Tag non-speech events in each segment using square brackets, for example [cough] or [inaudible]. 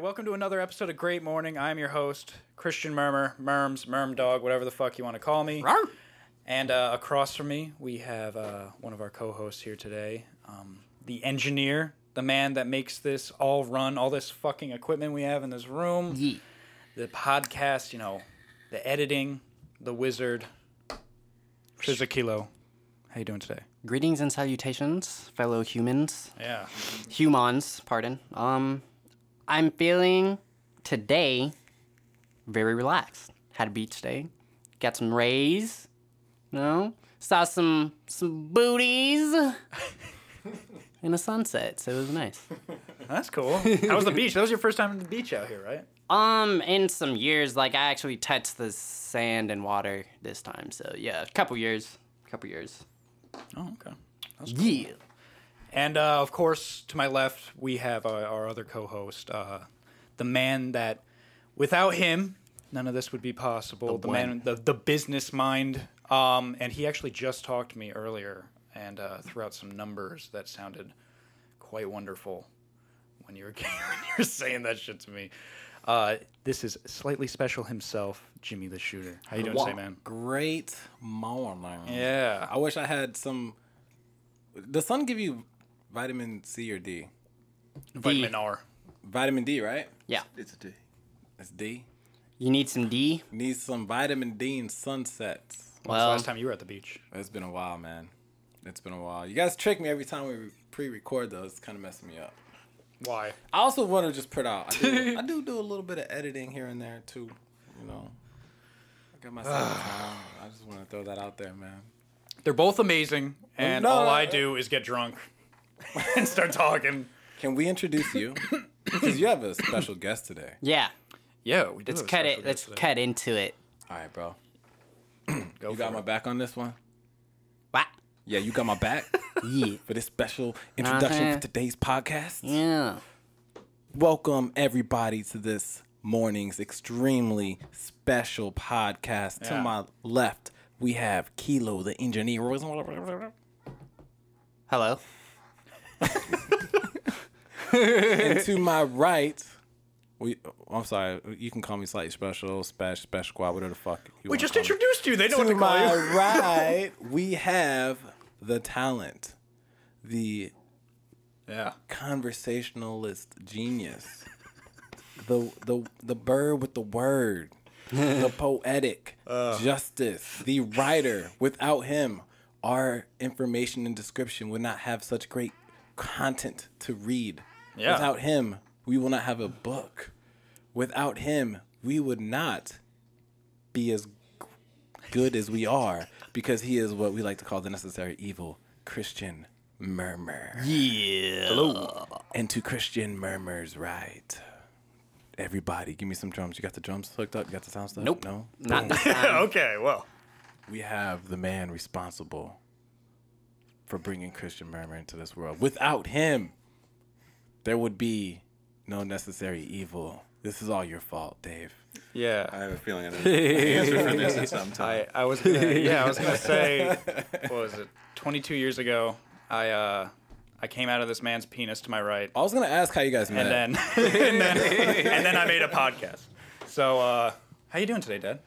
welcome to another episode of Great Morning. I'm your host, Christian Murmur, Merms, Merm Dog, whatever the fuck you want to call me. And uh, across from me, we have uh, one of our co-hosts here today, um, the engineer, the man that makes this all run, all this fucking equipment we have in this room, Yeah. the podcast, you know, the editing, the wizard, Kilo. How you doing today? Greetings and salutations, fellow humans. Yeah. Humans, pardon. Um, I'm feeling today very relaxed. Had a beach day, got some rays. No, saw some some booties, [laughs] and a sunset. So it was nice. That's cool. How [laughs] was the beach? That was your first time at the beach out here, right? Um, in some years, like I actually touched the sand and water this time. So yeah, a couple years, couple years. Oh, okay. Yeah. And uh, of course, to my left, we have uh, our other co host, uh, the man that without him, none of this would be possible. The, one. man, the, the business mind. Um, and he actually just talked to me earlier and uh, threw out some numbers that sounded quite wonderful when you were, [laughs] when you were saying that shit to me. Uh, this is slightly special himself, Jimmy the Shooter. How you doing, today, man? Great morning. Yeah. I wish I had some. Does sun give you vitamin C or D? Vitamin R. Vitamin D, right? Yeah. It's a D. It's D. You need some D. Needs some vitamin D and sunsets. When's the Well, last time you were at the beach? It's been a while, man. It's been a while. You guys trick me every time we pre-record though. It's kind of messing me up. Why? I also want to just put out. I do, I do do a little bit of editing here and there too. You know, I got myself. [sighs] time. I just want to throw that out there, man. They're both amazing, and No, all no, I no. do is get drunk [laughs] and start talking. Can we introduce you? Because you have a special guest today. yeah. Yeah, we do. Let's cut it. Let's cut into it. All right, bro. Go You got my back on this one? [laughs] What? Yeah, you got my back Yeah. for this special introduction Uh-huh. for today's podcast. Yeah. Welcome, everybody, to this morning's extremely special podcast. Yeah. To my left, we have Kilo, the engineer. and Hello. to my right, we, oh, I'm sorry, you can call me slightly special, special, special squad, whatever the fuck. You We wanna just call me. introduced you. They know what to to call my [laughs] you. [laughs] right, we have the talent, the Yeah. conversationalist genius. the the the bird with the word. the poetic justice. The writer. Without him, our information and description would not have such great content to read. Yeah. Without him, we will not have a book. Without him, we would not be as good as we are because he is what we like to call the necessary evil Christian murmur. Yeah. Hello. And to Christian murmurs, right? Everybody, give me some drums. You got the drums hooked up? You got the sound stuff? Nope. No? Not this Yeah, [laughs] time. okay. Well. We have the man responsible for bringing Christian murmur into this world. Without him, there would be no necessary evil. This is all your fault, Dave. Yeah. I have a feeling I know [laughs] the answer for this at some time. I, I was gonna, [laughs] yeah I was [laughs] gonna say what was it 22 years ago I uh I came out of this man's penis to my right Oh, I was going to ask how you guys met. and then [laughs] and [laughs] then and then I made a podcast so uh how you doing today Dad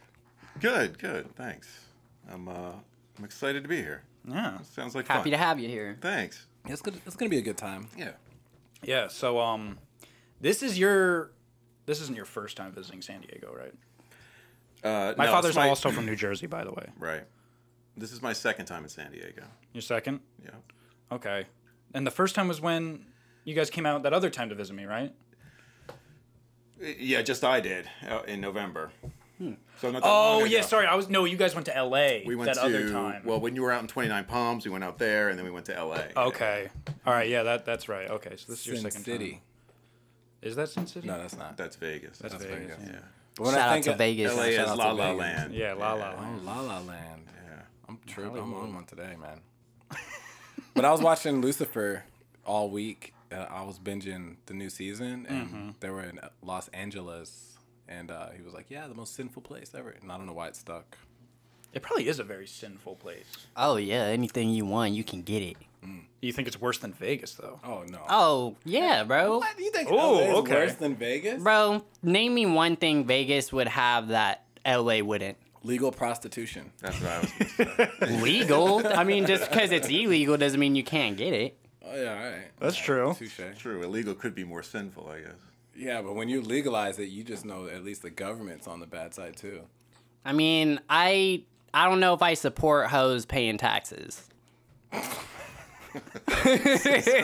Good, good. Thanks. I'm uh, I'm excited to be here. yeah Sounds like Happy fun. to have you here. Thanks. it's going it's to be a good time. Yeah. yeah so um this is your this isn't your first time visiting San Diego right Uh, My no, father's it's my- also from New Jersey, by the way. right. This is my second time in San Diego. Your second? Yeah. Okay. And the first time was when you guys came out that other time to visit me, right? Uh, Yeah, just I did uh, in November. So not that long Oh ago. yeah, sorry. I was no, you guys went to LA We went that to other time. well when you were out in Twenty Nine Palms, we went out there, and then we went to L.A. okay. All right, yeah, that that's right. Okay. So this is your Sin second City. time. Is that Sin City? No, that's not. That's Vegas. That's Vegas, Yeah. When I Shout out think to of- Vegas. L.A. shout is out to La La Vegas. Land. Yeah, La La. Oh, Land. La La Land. Yeah. I'm tripping. I'm on one today, man. but I was watching Lucifer all week. Uh, I was binging the new season, and Mm-hmm. they were in Los Angeles, and uh, he was like, "Yeah, the most sinful place ever." And I don't know why it stuck. It probably is a very sinful place. Oh yeah. Anything you want, you can get it. You think it's worse than Vegas though? Oh no. Oh yeah, bro. What? You think Ooh, LA is okay. worse than Vegas? Bro, name me one thing Vegas would have that LA wouldn't. Legal prostitution. That's what I was. Gonna say. Legal? [laughs] I mean, just because it's illegal doesn't mean you can't get it. Oh yeah, all right. That's true. Touche. True, illegal could be more sinful, I guess. Yeah, but when you legalize it, you just know at least the government's on the bad side too. I mean, I I don't know if I support hoes paying taxes. [laughs]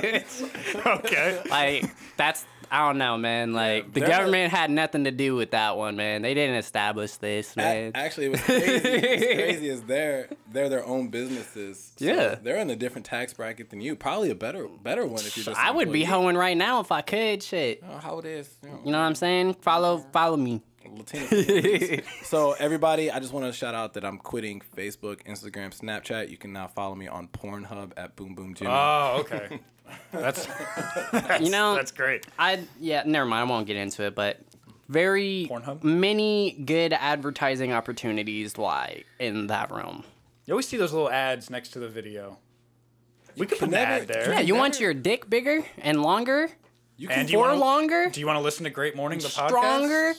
okay. [laughs] Like that's I don't know, man. Like the they're not- government had nothing to do with that one, man. They didn't establish this, A- man. actually, what's crazy, what's [laughs] crazy is they're they're their own businesses. so Yeah. they're in a different tax bracket than you. Probably a better better one if you just. I would be employee. hoeing right now if I could. Shit, You know How it is, you know, [laughs] you know what I'm saying? Follow, follow me. Latino. so everybody, I just want to shout out that I'm quitting Facebook, Instagram, Snapchat. You can now follow me on Pornhub at Boom Boom Jimmy. Uh, Oh, okay. That's, you know, that's great. I yeah, never mind. I won't get into it, but very Pornhub? many good advertising opportunities lie in that realm. You always see those little ads next to the video. We could put an never- ad there. Yeah, you want your dick bigger and longer, you and can you or wanna- longer, Do you want to listen to Great Morning the podcast? stronger.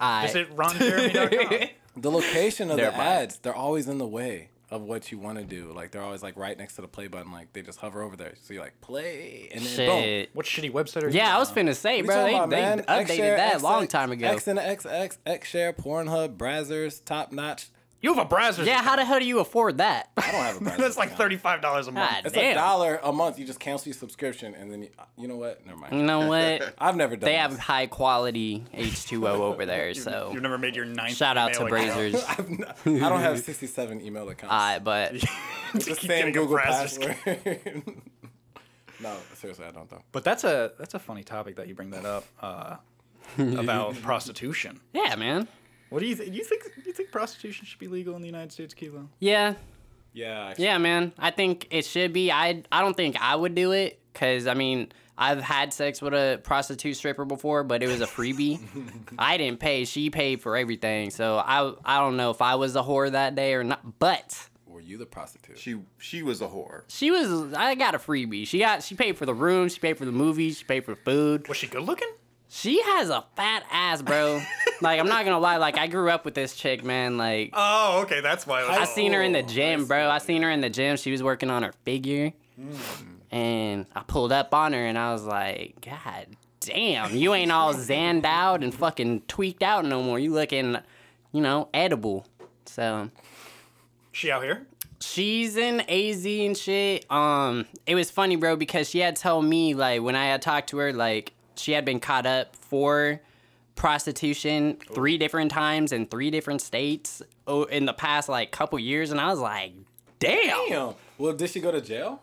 I Visit ronjeremy.com. the location of They're the mine. ads, they're always in the way of what you want to do. Like they're always like right next to the play button. Like they just hover over there. So you like play and then boom. shit. what shitty website are you Yeah, I on? was finna say, What you bro. They, talking about, they man? updated Xshare, that a Xx, long time ago. X and XX, Xshare, Pornhub, Brazzers, Top Notch. You have a browser. yeah, how the hell do you afford that? I don't have [laughs] a Brazzers. [laughs] That's like account. thirty-five dollars a month. God It's a damn. dollar a month. You just cancel your subscription and then you, you know what? Never mind. you [laughs] know what? I've never done. Mm. They have this. high quality H2O over there, so [laughs] You've never made your ninth. shout out to email account. [laughs] Brazers. [laughs] I've not, I don't have 67 email accounts. I [laughs] but Just the keep same getting a Google Brazzers. password. [laughs] no, seriously, I don't though. But that's a that's a funny topic that you bring that up uh, about prostitution. yeah, man. What do you think? You think you think prostitution should be legal in the United States, Kilo? Yeah, Yeah. actually. yeah, man. I think it should be. I I don't think I would do it because I mean I've had sex with a prostitute stripper before, but it was a freebie. I didn't pay; she paid for everything. So I I don't know if I was a whore that day or not, but. Were you the prostitute? She she was a whore. She was. I got a freebie. She got. She paid for the room. She paid for the movies. She paid for food. Was she good looking? She has a fat ass, bro. like I'm not gonna lie. Like I grew up with this chick, man. Like Oh, okay, that's why. I see- seen her in the Oh, gym, bro. I seen her in the gym. She was working on her figure, and I pulled up on her, and I was like, God damn, you ain't all zanned out and fucking tweaked out no more. You looking, you know, edible. So she out here. she's in AZ and shit. Um, it was funny, bro, because she had told me like when I had talked to her, like she had been caught up for prostitution three different times in three different states oh, in the past like couple years, and I was like, damn. Damn. Well, did she go to jail?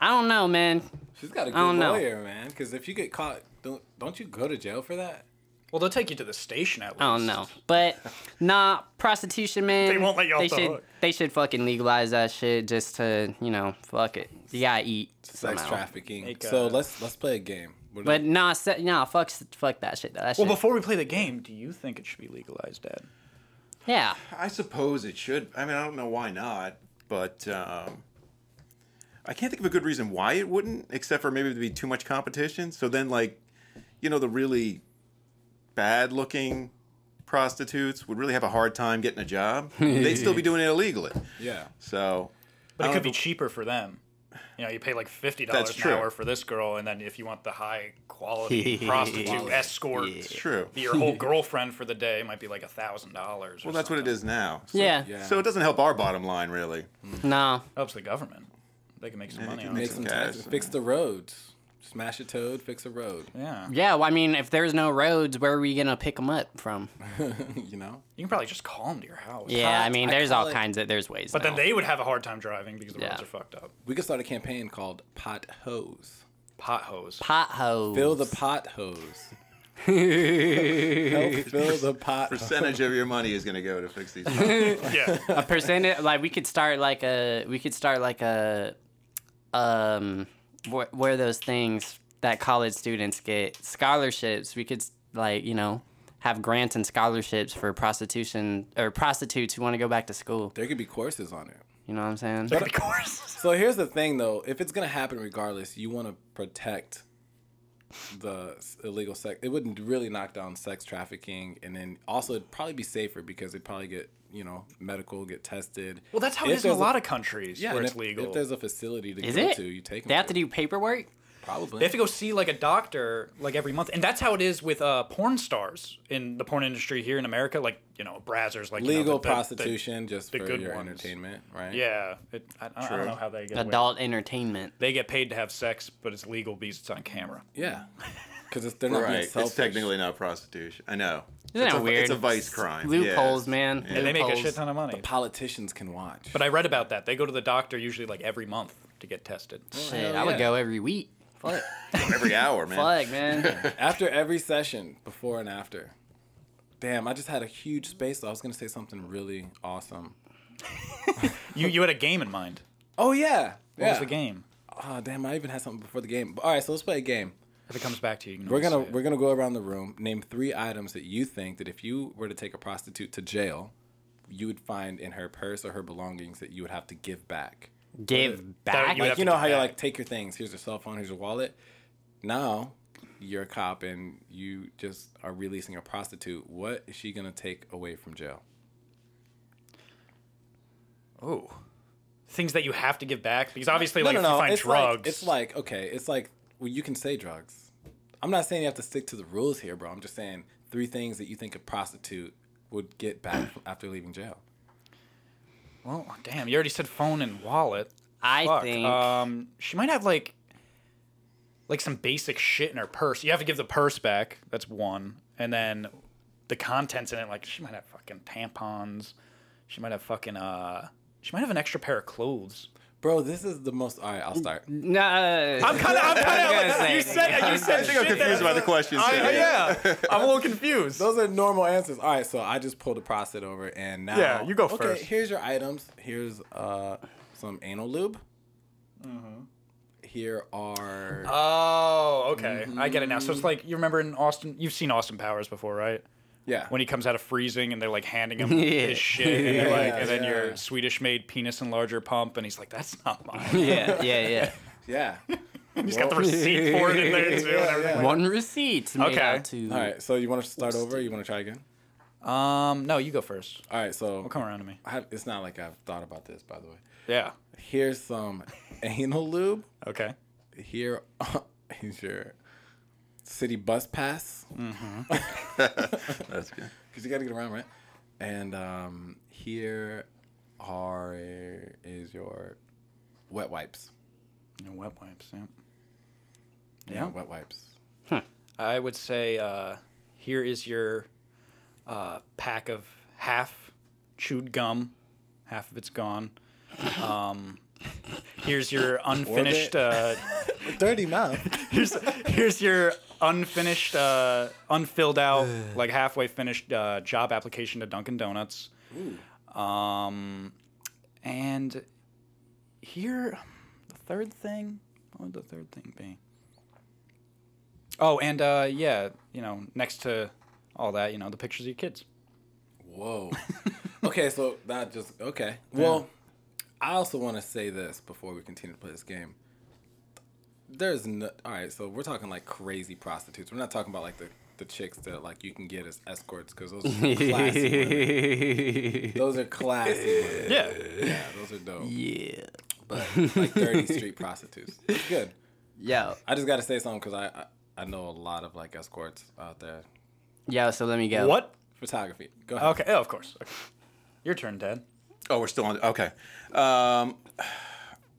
I don't know, man. She's got a good don't know. lawyer, man. Because if you get caught, don't don't you go to jail for that? Well, they'll take you to the station at least. I don't know, but nah, prostitution, man. They won't let you off They the should, hook. they should fucking legalize that shit just to, you know, fuck it. You gotta eat Sex somehow. trafficking. Make, so uh, let's let's play a game. What But nah, se- nah, fuck, fuck that shit. Though. That Well, shit- before we play the game, do you think it should be legalized, Dad? yeah. I suppose it should. I mean, I don't know why not, but um, I can't think of a good reason why it wouldn't, except for maybe to be too much competition. So then, like, you know, the really bad-looking prostitutes would really have a hard time getting a job. They'd still be doing it illegally. yeah. So, But I it don't could know be if- cheaper for them. You know, you pay like fifty That's dollars an true. hour for this girl, and then if you want the high quality prostitute escort, It's true. be your whole girlfriend for the day it might be like a thousand dollars. Well, that's what it is now. So, yeah. Yeah. So it doesn't help our bottom line, really. No. helps the government. They can make some money can on Make it. some Some tax. cash. Fix the roads. Smash a toad. Fix a road. Yeah, Yeah, well, I mean, if there's no roads, where are we gonna pick them up from? [laughs] you know. you can probably just call them to your house. Yeah, I mean, I there's call all it- kinds of there's ways. but then now. they would have a hard time driving because the Yeah. roads are fucked up. We could start a campaign called Pot Hose. Potholes. potholes. [laughs] [laughs] Fill the pot hose. Help fill the pot. hose. Percentage of your money is going to go to fix [laughs] these. problems. yeah, a percentage. Like we could start like a we could start like a um wh- where those things that college students get scholarships. We could s- like you know have grants and scholarships for prostitution or prostitutes who want to go back to school. There could be courses on it. You know what I'm saying? Of course. So here's the thing, though. If it's gonna happen regardless, you want to protect the s- illegal sex. It wouldn't really knock down sex trafficking, and then also it'd probably be safer because they'd probably get you know medical, get tested. Well, that's how it If is in a there's lot of countries yeah, where and it's if, legal. If there's a facility to Is go it? to, you take them. they have to do paperwork. probably. They have to go see like a doctor like every month, and that's how it is with uh, porn stars in the porn industry here in America. Like you know, Brazzers, like you know, legal the- the- the- prostitution just the for good your ones. entertainment, right? yeah, it, I, I don't True. know how they get. away. Adult entertainment. They get paid to have sex, but it's legal because it's on camera. [laughs] yeah. Because they're not being Right. selfish. It's technically not prostitution. I know. Isn't it's that a, weird? It's a vice crime. yeah. Loopholes, man. And they make a Loopholes. shit ton of money. politicians can watch. But I read about that. They go to the doctor usually like every month to get tested. Shit, Hell I yeah. would go every week. Fuck, Every hour, man. fuck, [laughs] man. after every session, before and after. Damn, I just had a huge space. Though. I was gonna say something really awesome. You you had a game in mind. Oh yeah, What was the game? Oh damn, I even had something before the game. All right, so let's play a game. If it comes back to you, you can We're always gonna say it. we're gonna go around the room. Name three items that you think that if you were to take a prostitute to jail, you would find in her purse or her belongings that you would have to give back. Give back. you would have Like you to know give how you back. like take your things. Here's your cell phone. Here's your wallet. Now you're a cop and you just are releasing a prostitute. What is she gonna take away from jail? Ooh. Things that you have to give back because obviously, like if you find it's drugs, Like, it's like okay, it's like well, you can say drugs. I'm not saying you have to stick to the rules here, bro. I'm just saying three things that you think a prostitute would get [clears throat] back after leaving jail. well, damn, you already said phone and wallet. I Fuck. think. Um, she might have like, like some basic shit in her purse. You have to give the purse back. That's one, and then the contents in it. Like she might have fucking tampons. She might have fucking uh. She might have an extra pair of [laughs] clothes. Bro, this is the most. All right, I'll start. no, uh, I'm kind of. I'm [laughs] kind gonna of. say- You said. You said. I think I'm shit confused that- about the questions. I- [laughs] too. yeah, I'm a little confused. Those are normal answers. All right, so I just pulled a prostitute over, and now Yeah, you go okay, first. Here's your items. Here's uh some anal lube. Mm-hmm. Here are Oh, okay. I get it now. So it's like you remember in Austin, you've seen Austin Powers before, right? yeah. When he comes out of freezing and they're like handing him Yeah. his shit, and, they're like, and then Yeah, yeah. your Swedish made penis enlarger pump, and he's like, "That's not [laughs] mine." yeah, yeah, yeah. yeah. [laughs] He's got the receipt for it in there too. and [laughs] everything. One receipt made Okay. out to. [laughs] All right, so you want to start over? You want to try again? Um, no, you go first. All right, so Don't Oh, come around to me. I have, it's not like I've thought about this, by the way. Yeah. Here's some [laughs] anal lube. Okay. Here [laughs] is your city bus pass That's good. because you got to get around, right? And um, here are is your wet wipes. No wet wipes. Yeah. Yeah, wet wipes. I would say uh, here is your uh, pack of half chewed gum. Half of it's gone. Um, here's your unfinished. Uh, Dirty mouth. here's [laughs] here's your unfinished, uh, unfilled out, like halfway finished uh, job application to Dunkin' Donuts. Um, and here, the third thing. What would the third thing be? Oh, and uh, yeah, you know, next to all that, you know, the pictures of your kids. Whoa. [laughs] okay, so that just okay. Well, I also want to say this before we continue to play this game. There's no all right. So we're talking like crazy prostitutes. We're not talking about like the the chicks that like you can get as escorts because those are classy. [laughs] women. Those are classy. women. Yeah. Yeah, those are dope. yeah. But like dirty street [laughs] prostitutes. It's good. Yo, I just got to say something because I, I I know a lot of like escorts out there. yo. So let me go. What? Photography. Go ahead. Okay. Oh, of course. [laughs] Okay. Your turn, Ted. Oh, we're still on. Okay. Um,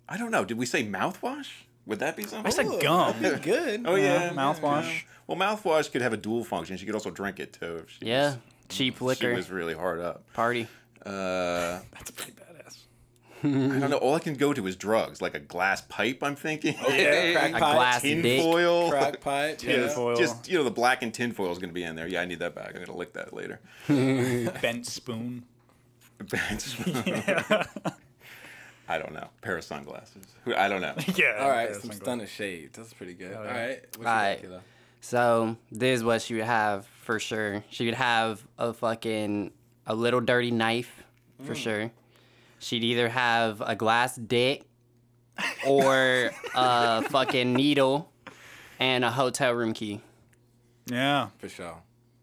I don't know. Did we say mouthwash? Would that be something? I said gum. [laughs] Good. Oh yeah, mouthwash. Well, mouthwash could have a dual function. She could also drink it too. If she Yeah. Cheap was, she liquor was really hard up. party. Uh, That's pretty badass. I don't know. All I can go to is drugs, like a glass pipe. I'm thinking. Crack pipe, A glass [laughs] tin dick. foil. Crack [laughs] pipe. Yeah. Tinfoil. Just you know, the black and tin foil is going to be in there. Yeah, I need that back. I'm going to lick [laughs] that later. [laughs] Bent spoon. I don't know. Pair of sunglasses. Who- I don't know. Yeah. All right, some Sunglasses. stunning shades. That's pretty Oh, good. All right, what you Alright. got, kiddo? So this is what she would have for Mm. sure. She would have a fucking a little dirty knife for sure. She'd either have a glass dick or [laughs] a fucking needle and a hotel room key. Yeah. for sure.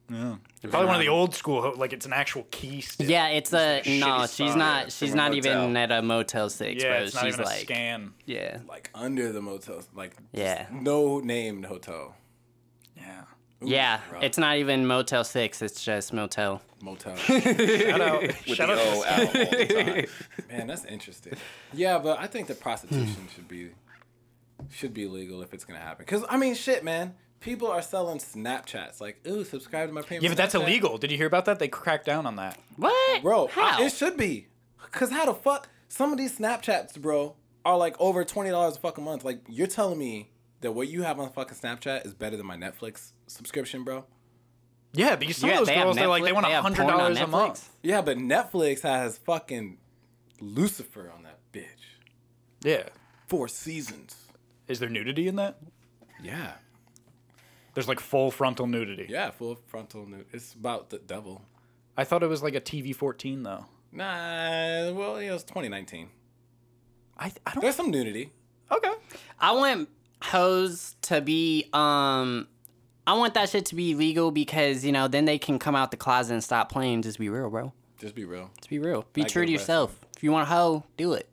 Probably one of the old school, ho- like it's an actual key still. Yeah, it's a shitty no. spot, She's yeah, not. from She's a not motel. even at a Motel Six, Yeah, bro. it's not she's even like, a scan. yeah, Like under the motel, like just Yeah. no named hotel, Yeah. yeah. rough. It's not even Motel Six. It's just motel. motel. Shout out. with shout the out to O out all the [laughs] time. Man, that's interesting. Yeah, but I think that prostitution should be should be legal if it's gonna happen. Cause I mean, shit, man, people are selling Snapchats. Like, ooh, subscribe to my premium. Yeah, but that's Snapchat. illegal. Did you hear about that? They cracked down on that. What, bro. How? I- it should be. Cause how the fuck some of these Snapchats, bro, are like over twenty dollars a fucking month. Like, you're telling me that what you have on fucking Snapchat is better than my Netflix subscription, bro? Yeah, because some Yeah, of those they have girls, they're like, Netflix- they want they have porn hundred dollars on a month. Netflix? Yeah, but Netflix has fucking Lucifer on that bitch. Yeah. Four seasons. Is there nudity in that? Yeah. There's like full frontal nudity. Yeah, full frontal nude. It's about the devil. I thought it was like a TV 14 though. Nah, well, it was 2019. I I don't. There's some nudity. Okay. I want hoes to be um. I want that shit to be legal because you know then they can come out the closet and stop playing. Just be real, bro. Just be real. Just be real. Be I true get to what you're yourself. If you want a hoe, do it.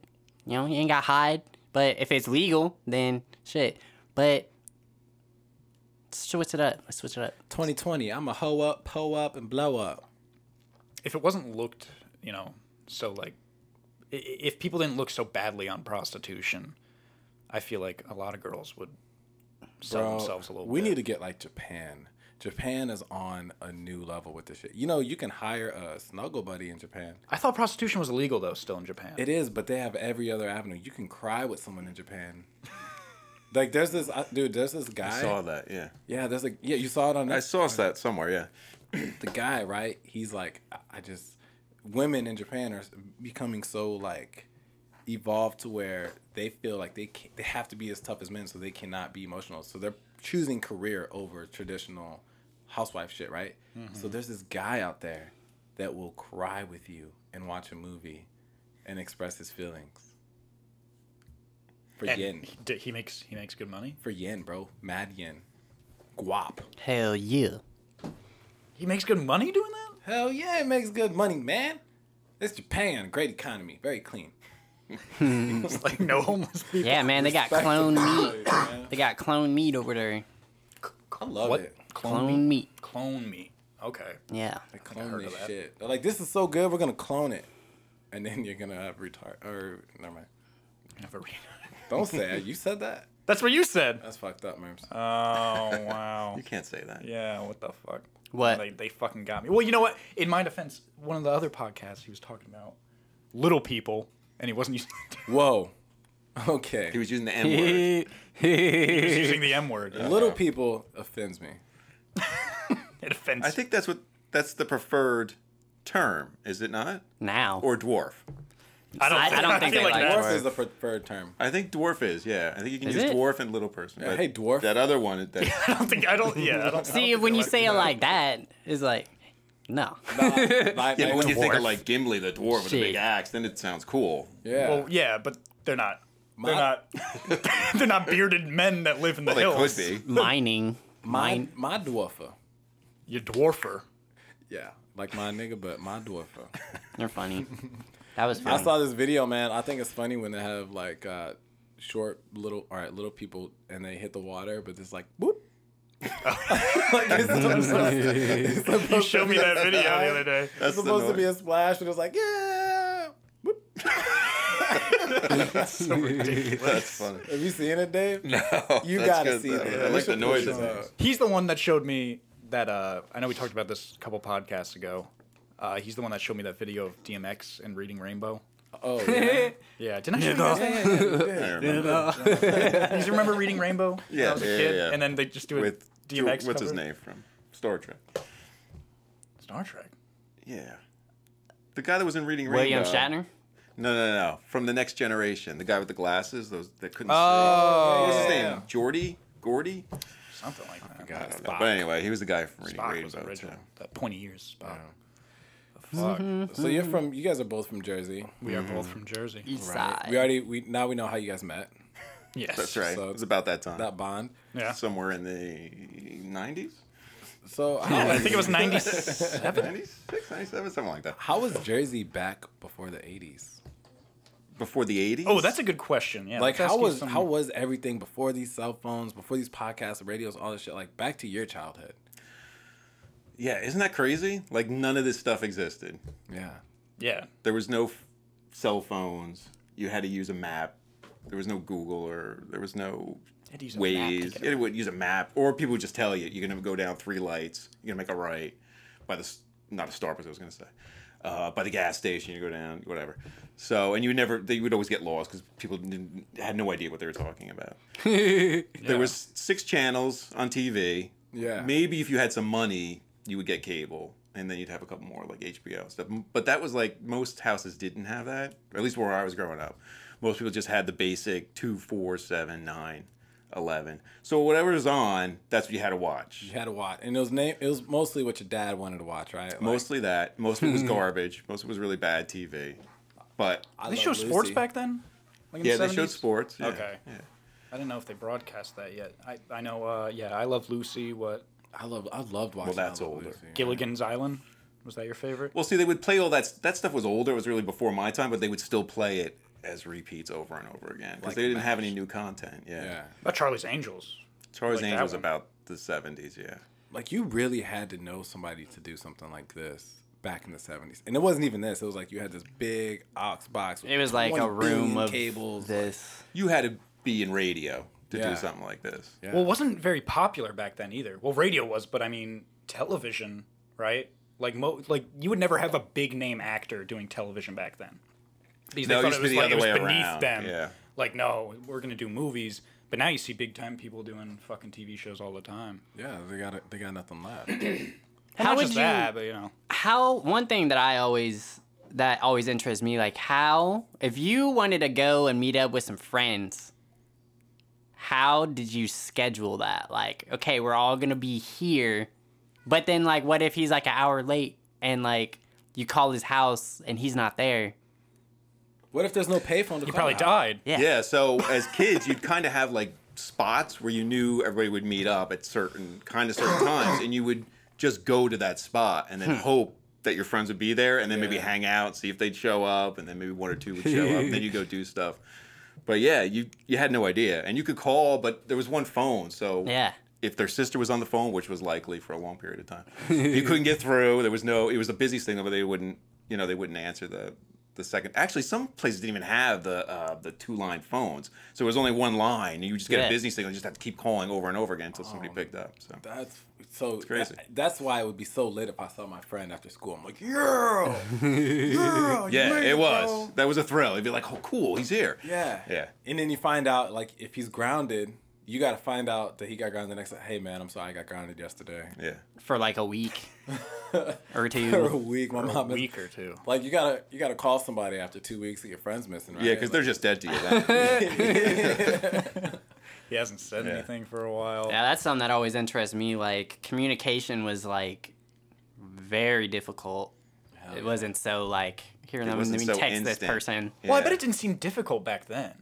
You know you ain't got to hide. But if it's legal, then shit. But switch it up. Let's switch it up. 2020. I'm a hoe up, hoe up, and blow up. If it wasn't looked, you know, so like, i- i- if people didn't look so badly on prostitution, I feel like a lot of girls would sell Bro, themselves a little. we bit. need to get like Japan. Japan is on a new level with this shit. You know, you can hire a snuggle buddy in Japan. I thought prostitution was illegal though, still in Japan. It is, but they have every other avenue. You can cry with someone in [laughs] Japan. like, there's this uh, dude. There's this guy. I saw that. Yeah, Yeah, there's like yeah. You saw it on. I saw that somewhere. Yeah, the guy, right? He's like, I- I just women in Japan are becoming so like evolved to where they feel like they can they have to be as tough as men, so they cannot be emotional. So they're choosing career over traditional housewife shit, right? So there's this guy out there that will cry with you and watch a movie and express his feelings for And yen, he, d- he makes he makes good money. for yen, bro, mad yen, guap. Hell yeah. He makes good money doing that. Hell yeah, it makes good money, man. It's Japan, great economy, very [coughs] clean. It's like [laughs] no homeless people. Yeah, man, they got clone meat. They got clone meat over there. I love what? it. Clone, Clone me. meat. Clone me. Okay. Yeah. They clone heard this of that. shit. They're like, this is so good, we're gonna clone it, and then you're gonna have retard. Or never mind. Never read. Don't say [laughs] it. You said that. [laughs] That's what you [laughs] said. That's fucked up, man. Uh, Oh wow. you can't say that. Yeah, what the fuck? What? They, they fucking got me. Well, you know what? In my defense, one of the other podcasts he was talking about little people, and he wasn't using, [laughs] Whoa. [laughs] He Okay. was [laughs] using the N word. he was [laughs] using the M word. Little people offends me. It offends. I think that's what that's the preferred term, is it not? now. Or dwarf? I don't. I- I don't think feel they like that. Dwarf is the preferred [laughs] term. I think dwarf is. Yeah, I think you can Is use it? dwarf and little person. but hey, dwarf. That other one. That, [laughs] I don't think. I don't. Yeah. I don't See, when you say it like that, it's like, [laughs] no. Like, yeah, but when you think of dwarf. like Gimli the dwarf with a Shit. big axe, then it sounds cool. yeah, Well, yeah, but they're not. They're My- not. [laughs] they're not bearded men that live in the Well, it hills. [laughs] could be. Mining. my my dwarfer. You dwarfer. Yeah, like my nigga, but my dwarfer. [laughs] They're funny. That was I funny. saw this video, man. I think it's funny when they have like uh, short little, all right, little people, and they hit the water, but it's like whoop. like it's supposed, it's supposed You showed me to be that a video the splash. other day. That's It's the supposed to be noise. a splash, and it's like yeah. Whoop. [laughs] So ridiculous. That's funny. Have you seen it, Dave? [laughs] No. [laughs] You That's gotta good, see though. that. I You like the should noise push it it up. makes. He's the one that showed me that. Uh, I know we talked about this a couple podcasts ago. Uh, he's the one that showed me that video of DMX and Reading Rainbow. [laughs] Oh, yeah. Yeah, didn't I show you guys that? I [laughs] remember. Do you remember Reading Rainbow? when Yeah, I was a yeah, kid, yeah. and then they just do a With DMX. what's his cover? name from Star Trek? Star Trek. Yeah, the guy that was in Reading William Rainbow. Shatner? No, no, no. From the next generation, the guy with the glasses, those that couldn't see. What's Oh, his yeah. name? Jordy? Gordy? something like that. I don't know. But anyway, he was the guy from Reading Spock was Rainbow. original. too. That pointy ears. Spock. Fuck. So you're from. You guys are both from Jersey. We are Mm-hmm. both from Jersey. East We side. already. We now we know how you guys met. Yes. That's right. So- it was about that time. That bond. Yeah. Somewhere in the 90s? So [laughs] I how, think it was 97. 96, 97, something like that. how was Jersey back before the '80s? Before the 80s? Oh, that's a good question. Yeah. Like let's how ask you was some- how was everything before these cell phones, before these podcasts, radios, all this shit? Like back to your childhood. Yeah, isn't that crazy? Like, none of this stuff existed. Yeah. yeah. There was no f- cell phones. You had to use a map. There was no Google or there was no Had to use a map to ways. get It would use a map, or people would just tell you you're gonna go down three lights. You're gonna make a right by the s- not a Starbucks. I was gonna say uh, by the gas station. You go down, whatever. So and you would never they would always get lost because people didn't, had no idea what they were talking about. There was six channels on TV. Yeah. Maybe if you had some money, you would get cable, and then you'd have a couple more like HBO stuff. But that was like most houses didn't have that, or at least where I was growing up. Most people just had the basic two, four, seven, nine, eleven. So whatever was on, that's what you had to watch. You had to watch, and it was name. It was mostly what your dad wanted to watch, right? Like, Mostly that. [laughs] Most of it was garbage. Most of it was really bad TV. But I They Love show sports Lucy. back then? Like in yeah, the 70s? they showed sports. yeah, Okay. yeah. I didn't know if they broadcast that yet. I, I know, uh, yeah, I Love Lucy. What? I love. I loved watching. that's I Love older. Lucy. Gilligan's Island? Was that your favorite? Well, see, they would play all that. That stuff was older. It was really before my time, but they would still play it as repeats over and over again because Like they didn't MASH. have any new content. Yeah. Yeah. About Charlie's Angels. Charlie's Like that Angels one. about the seventies. Yeah. Like you really had to know somebody to do something like this back in the seventies, and it wasn't even this. It was like you had this big ox box. with It was like a 20 billion room of cables. this. You had to be in radio to Yeah. do something like this. Yeah. Well, it wasn't very popular back then either. Well, radio was, but I mean, television, right? Like, mo- like you would never have a big name actor doing television back then. These No, they it thought used it to was be the like it other was way beneath around, them. yeah. Like, no, we're gonna do movies. But now you see big time people doing fucking TV shows all the time. yeah, they got it. They got nothing [clears throat] left. Well, How not would just you- that, but you know, how one thing that I always that always interests me, like how if you wanted to go and meet up with some friends, how did you schedule that? Like, okay, we're all gonna be here, but then like, what if he's like an hour late and like you call his house and he's not there? What if there's no payphone to he call probably out? died. Yeah. Yeah. So as kids, you'd kind of have like spots where you knew everybody would meet up at certain kind of certain times, and you would just go to that spot and Hmm. then hope that your friends would be there, and then maybe Yeah. hang out, see if they'd show up, and then maybe one or two would show up, and then [laughs] you go do stuff. But yeah, you you had no idea, and you could call, but there was one phone, so Yeah. if their sister was on the phone, which was likely for a long period of time, you couldn't get through. There was no. It was the busiest thing, but they wouldn't. You know, they wouldn't answer the the second. Actually, some places didn't even have the uh, the two line phones, so it was only one line, and you just get Yeah. a busy signal. You just have to keep calling over and over again until somebody picked up. So That's so crazy. that- that's why it would be so lit if I saw my friend after school. I'm like, [laughs] yeah, yeah, you yeah, made it was. bro." That was a thrill. You'd be like, oh, cool, he's here. Yeah, Yeah. And then you find out like if he's grounded, you got to find out that he got grounded the next. Hey man, I'm sorry, I got grounded yesterday. [laughs] Yeah. For like a week [laughs] or For a two. [laughs] week, my mom. Week or two. Like you gotta you gotta call somebody after two weeks that your friend's missing, right? Yeah, because they're just dead to you. Then. He hasn't said anything for a while. Yeah, that's something that always interests me. Like communication was like very difficult. It wasn't so like here. Let me, let wasn't me so text this instant. [laughs] person. Well, I Yeah. bet it didn't seem difficult back then.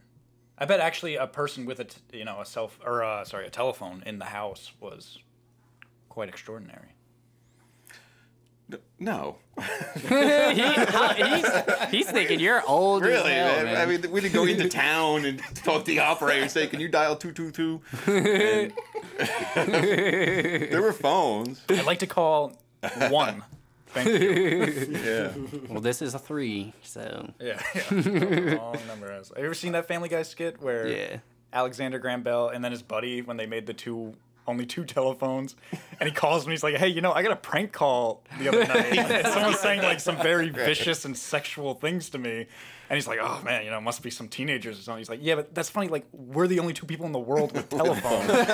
I bet actually a person with a t- you know a self or uh, sorry a telephone in the house was quite extraordinary. no, he, how- he's, he's thinking you're old as Really, hell, man. man. I mean, we didn't go into town and talk to the operator and say, "Can you dial 222? And- [laughs] there were phones. I'd like to call one. Thank you. Yeah. well, this is a three, so [laughs] Yeah, yeah. Long number. Have you ever seen that Family Guy skit where yeah. Alexander Graham Bell and then his buddy when they made the two only two telephones and he calls me he's like hey you know i got a prank call the other night and someone's saying like some very vicious and sexual things to me and he's like oh man you know it must be some teenagers or something he's like yeah but that's funny like we're the only two people in the world with telephones so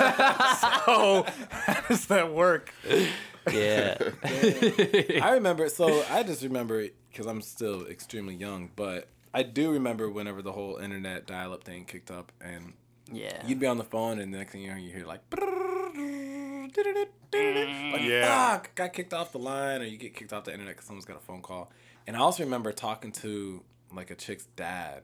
[laughs] how does that work [laughs] Yeah. I remember. So I just remember because I'm still extremely young, but I do remember whenever the whole internet dial-up thing kicked up, and Yeah. you'd be on the phone, and the next thing you know, you hear like, "Brrrr," Like, Yeah. fuck, got kicked off the line, or you get kicked off the internet because someone's got a phone call. And I also remember talking to like a chick's dad,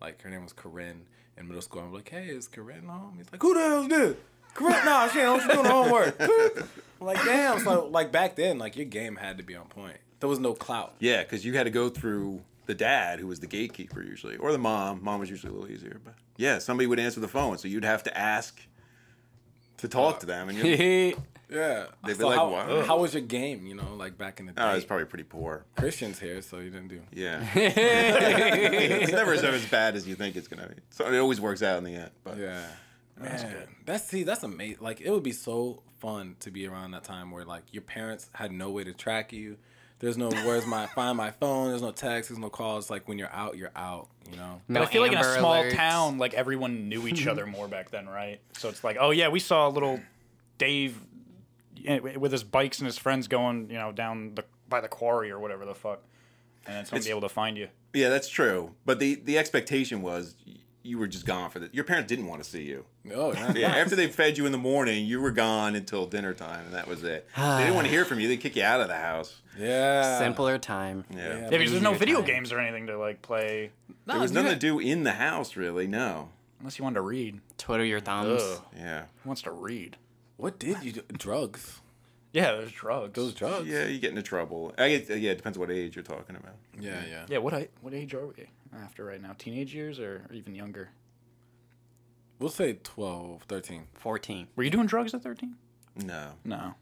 like her name was Corinne in middle school. I'm like, hey, is Corinne home? He's like, who the hell's this? Corinne, nah, she ain't home. She's doing her homework. [laughs] I'm like, damn. So like back then, like your game had to be on point. There was no clout. Yeah, because you had to go through the dad, who was the gatekeeper usually, or the mom. Mom was usually a little easier, but yeah, somebody would answer the phone, so you'd have to ask to talk to them, and you're, Yeah. They'd be So like, how, "Whoa." how was your game? You know, like back in the day. oh, it's probably pretty poor. Christian's here, so you didn't do. Yeah, [laughs] it's never as, as bad as you think it's gonna be. So it always works out in the end. But Yeah. Man, that's see, that's amazing. Like it would be so fun to be around that time where like your parents had no way to track you. There's no where's [laughs] my find my phone. There's no text. There's no calls. Like when you're out, you're out. You know. But I feel like in a small town, like everyone knew each other more back then, right? So it's like, oh yeah, we saw little Dave eh, with his bikes and his friends going, you know, down the by the quarry or whatever the fuck, and then somebody be able to find you. yeah, that's true. But the the expectation was y- you were just gone for the. Your parents didn't want to see you. Oh [laughs] yeah. [laughs] Yeah, after they fed you in the morning, you were gone until dinner time, and that was [sighs] it. Ah. they didn't want to hear from you. They kick you out of the house. uh, yeah. Simpler time. Yeah, Yeah. because there's no Easier video time. games or anything to like play No, There was you nothing to had- do in the house, really. No. unless you wanted to read. Twiddle your Ugh, thumbs. who Yeah. wants to read? What did you do? Drugs. Yeah, there's drugs. Those drugs. Yeah, you get into trouble. I guess, yeah, it depends what age you're talking about. Yeah. Yeah. yeah, what I, what age are we after right now? Teenage years or, or even younger? We'll say 12, 13. 14. Were you doing drugs at 13? No. No.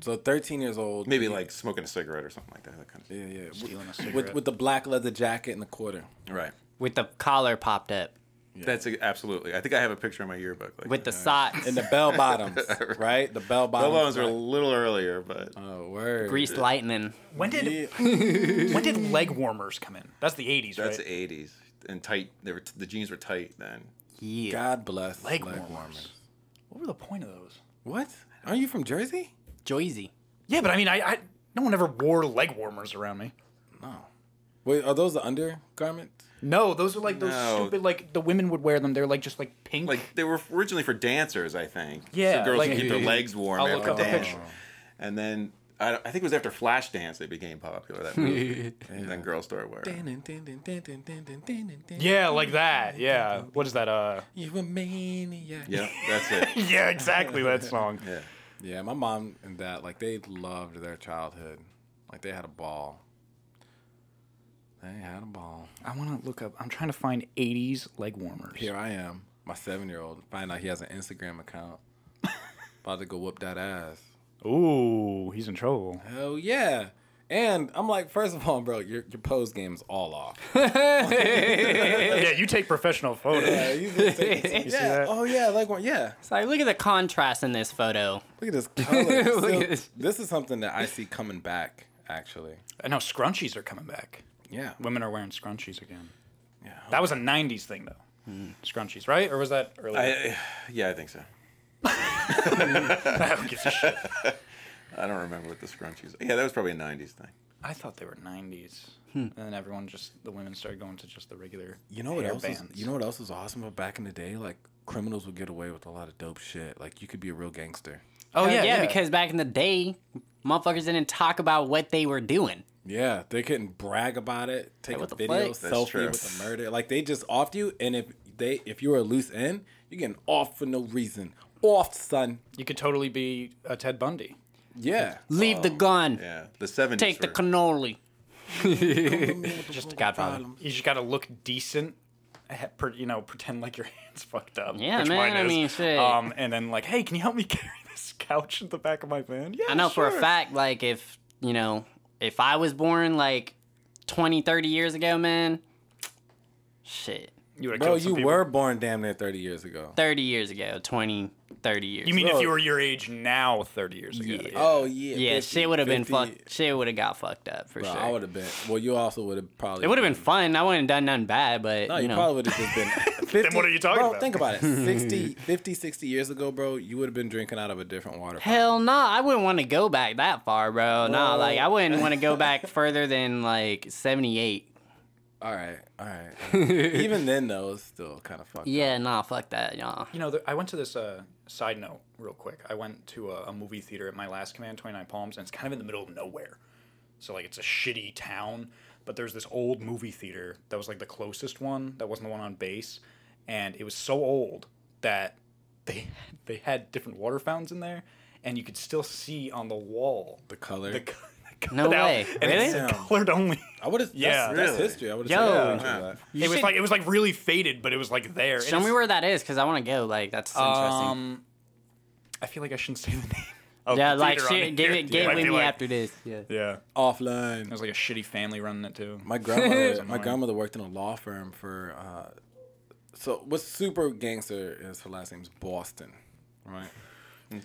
So 13 years old. Maybe like smoking a cigarette or something like that. that kind of Yeah. Yeah. Stealing a With cigarette. with the black leather jacket and the quarter. Right. With the collar popped up. That's a, absolutely. I think I have a picture in my yearbook. Like With the socks. And the bell bottoms, right? The bell bottoms. Elbows are a right? little earlier, but Oh, word. greased lightning. when did Yeah. when did leg warmers come in? That's the 80s, that's right? the 80s. And tight. They were the jeans were tight then. Yeah. God bless Leg warmers. What were the point of those? What? Are you from Jersey? Joyzy. Yeah, but I mean, I, I no one ever wore leg warmers around me. No. Wait, are those the undergarments? No, those are like those No. stupid like the women would wear them. They're like just like pink. Like they were originally for dancers, I think. Yeah, So girls like- could keep their legs warm I'll look after up a dance. picture. And then I, don't- I think it was after Flashdance they became popular. [laughs] That movie. and then girls started wearing. them. yeah, like that. Yeah. What is that? Uh. You a maniac. Yeah, that's it. Yeah, exactly that song. Yeah. Yeah, my mom and dad, like, they loved their childhood. Like, they had a ball. They had a ball. I want to look up. I'm trying to find 80s leg warmers. Here I am, my seven year old, find out he has an Instagram [laughs] account. About to go whoop that ass. Ooh, he's in trouble. Hell yeah. And I'm like, first of all, bro, your, your pose game's all off. yeah, you take professional photos. Yeah, [laughs] you just take it- see yeah. that? Oh yeah, like one. Yeah, It's like, look at the contrast in this photo. look at this color. [laughs] Look So, at this. this is something that I see coming back, actually. I know Uh, scrunchies are coming back. Yeah. Women are wearing scrunchies again. Yeah. That was a 90s thing, though. Scrunchies, right? Or was that earlier? [laughs] I, yeah, I think so. Who gives a shit? [laughs] I don't remember what the scrunchies. Yeah, that was probably a '90s thing. I thought they were 90s. And then everyone just, the women started going to just the regular Hmm. You know what hair else? Is, bands. you know what else was awesome about back in the day? Like criminals would get away with a lot of dope shit. Like you could be a real gangster. oh, yeah, because back in the day, motherfuckers didn't talk about what they were doing. Yeah, they couldn't brag about it. Take what a the video fuck? That's selfie true. with the murder. Like they just offed you, and if they if you were a loose end, you're getting off for no reason. Off, son. You could totally be a Ted Bundy. Yeah. Leave Oh. the gun. Yeah, the '70s. Take the were- cannoli. Just the Godfather. You just got to look decent. ha- per- You know, pretend like your [laughs] hands fucked up. Yeah, which man, Mine I is. mean, shit. Um, and then like, hey, can you help me [laughs] carry this couch in the back of my van? Yeah, I know for sure. a fact, like, if, you know, if I was born like 20, 30 years ago, man, shit. You would've Bro, killed some you people. were born damn near 30 years ago. 30 years ago, 20, 30 years. You mean Bro. if you were your age now, thirty years ago? Yeah. Oh yeah. yeah, 50, shit would have been 50. fucked. Shit would have got fucked up for Bro, sure. I would have been. Well, you also would have probably. it would have been fun. I wouldn't have done nothing bad, but No, you you know, probably would have just been. 50, what are you talking bro, about? Think about it. 60, 50, 60 years ago, bro, you would have been drinking out of a different water. fountain. hell no, I wouldn't want to go back that far, bro. No, Bro. [laughs] like I wouldn't want to go back further than like seventy eight. All right, all right. Even then, though, it's still kind of fucked. up. Yeah, nah, fuck that, y'all. You know, th I went to this uh, side note real quick. I went to a, a movie theater at my last command, 29 Palms, and it's kind of in the middle of nowhere. So, like, it's a shitty town, but there's this old movie theater that was, like, the closest one that wasn't the one on base. And it was so old that they, they had different water fountains in there, and you could still see on the wall The color. the, [laughs] co- the No cutout, way. And it said Really? colored only. I would have. Yeah. Yeah, that's, that's Really? history. I would Yo. have. Yeah. Yeah. it was like it was like really faded, but it was like there. And Show it's- me where that is, cause I want to go. Like that's interesting. Um, I feel like I shouldn't say the [laughs] name. Of yeah, the like theater on shit, give here. it, give I it with feel me like- after this. Yeah. Yeah, it Offline. was like a shitty family running it too. My [laughs] [laughs] grandmother, my grandmother worked in a law firm for. Uh, so what's super gangster is her last name's Boston, right?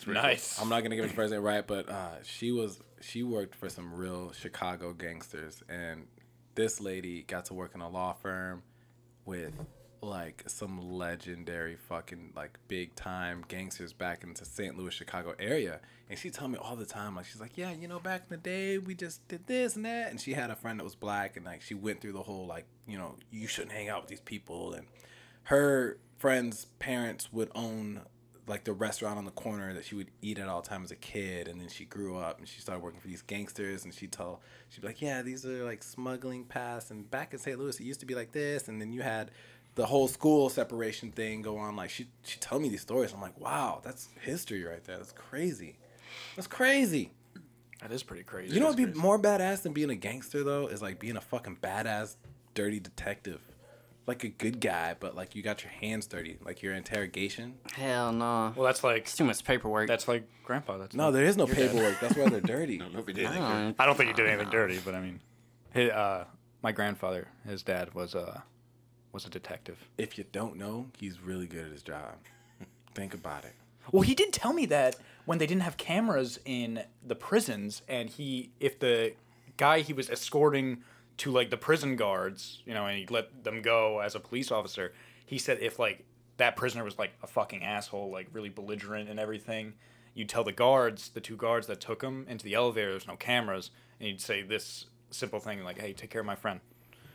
nice. I'm not gonna give her the first name right, but uh, she was she worked for some real Chicago gangsters, and this lady got to work in a law firm with like some legendary fucking like big time gangsters back into St. Louis, Chicago area. And she told me all the time, like she's like, yeah, you know, back in the day we just did this and that. And she had a friend that was black, and like she went through the whole like you know you shouldn't hang out with these people and her friend's parents would own like the restaurant on the corner that she would eat at all the time as a kid and then she grew up and she started working for these gangsters and she'd tell she'd be like yeah these are like smuggling paths and back in st louis it used to be like this and then you had the whole school separation thing go on like she she told me these stories i'm like wow that's history right there that's crazy that's crazy that is pretty crazy. you know what'd be more badass than being a gangster though is like being a fucking badass dirty detective, like a good guy, but like you got your hands dirty, like your interrogation. Hell no. well, that's like It's too much paperwork. that's like grandpa. That's No, there is no paperwork. That's [laughs] why they're dirty. I don't know if he did. anything. Mm, I don't think he did anything dirty, but I mean, his, uh, my grandfather, his dad was uh, was a detective. If you don't know, he's really good at his job. Think about it. Well, he did tell me that when they didn't have cameras in the prisons, and he, if the guy he was escorting to like the prison guards, you know, and he let them go as a police officer, he said if like that prisoner was like a fucking asshole, like really belligerent and everything, you'd tell the guards, the two guards that took him into the elevator, there's no cameras, and you'd say this simple thing like, "Hey, take care of my friend."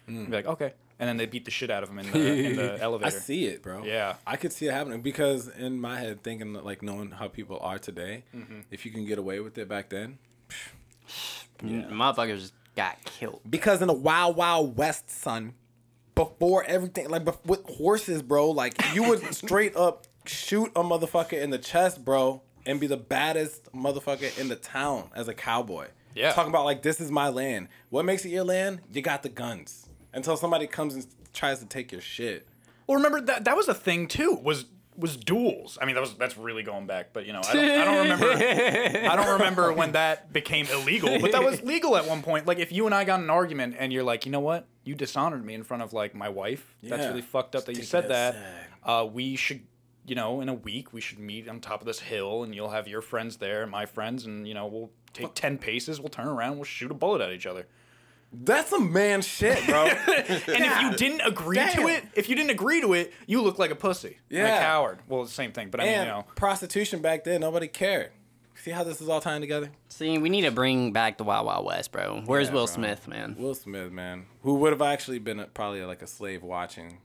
You'd be like, "Okay," and then they beat the shit out of him in the, in the I elevator. see it, bro. Yeah. I could see it happening because in my head, thinking like knowing how people are today, if you can get away with it back then. Motherfuckers got killed. Because in the wild, wild west, son, before everything, like bef- with horses, bro, like you [laughs] would straight up shoot a motherfucker in the chest, bro, and be the baddest motherfucker in the town as a cowboy. Yeah. Talking about like, this is my land. What makes it your land? You got the guns. Until somebody comes and tries to take your shit. Well, remember that that was a thing too. Was was duels. I mean, that was that's really going back, but you know, I don't, I don't remember. I [laughs] don't remember when that became illegal, but that was legal at one point. Like, if you and I got in an argument, and you're like, you know what, you dishonored me in front of like my wife. That's Yeah. really fucked up that you Take said that that. Uh, we should, you know, in a week we should meet on top of this hill, and you'll have your friends there, and my friends, and you know, we'll take ten paces, we'll turn around, we'll shoot a bullet at each other. That's some man shit, bro. And if you didn't agree to Damn. it, if you didn't agree to it, you look like a pussy, and a Yeah. coward. Well, it's the same thing, but [laughs] I mean, you and know, prostitution back then, nobody cared. See how this is all tying together? See, we need to bring back the Wild Wild West, bro. Where's Yeah, bro. Will Smith, man? Will Smith, man, who would have actually been a, probably like a slave watching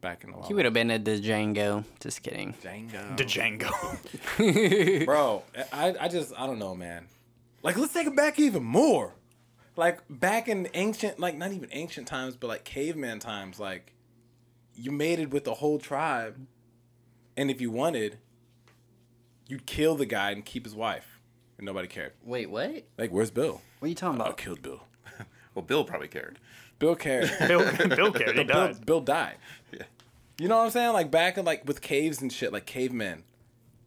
back in the wild. He would have been at the Django. Just kidding. Django. the Django. [laughs] Bro, I, I just, I don't know, man. Like, let's take it back even more. Like, back in ancient, like, not even ancient times, but like caveman times, like, you mated with the whole tribe. And if you wanted, you'd kill the guy and keep his wife. And nobody cared. Wait, what? What Like, where's Bill? are you talking I about? killed Bill. [laughs] Well, Bill probably cared. Bill cared. Bill, Bill cared. He Bill, died. Bill [laughs] died. You know what I'm saying? Like back in like with caves and shit, like cavemen.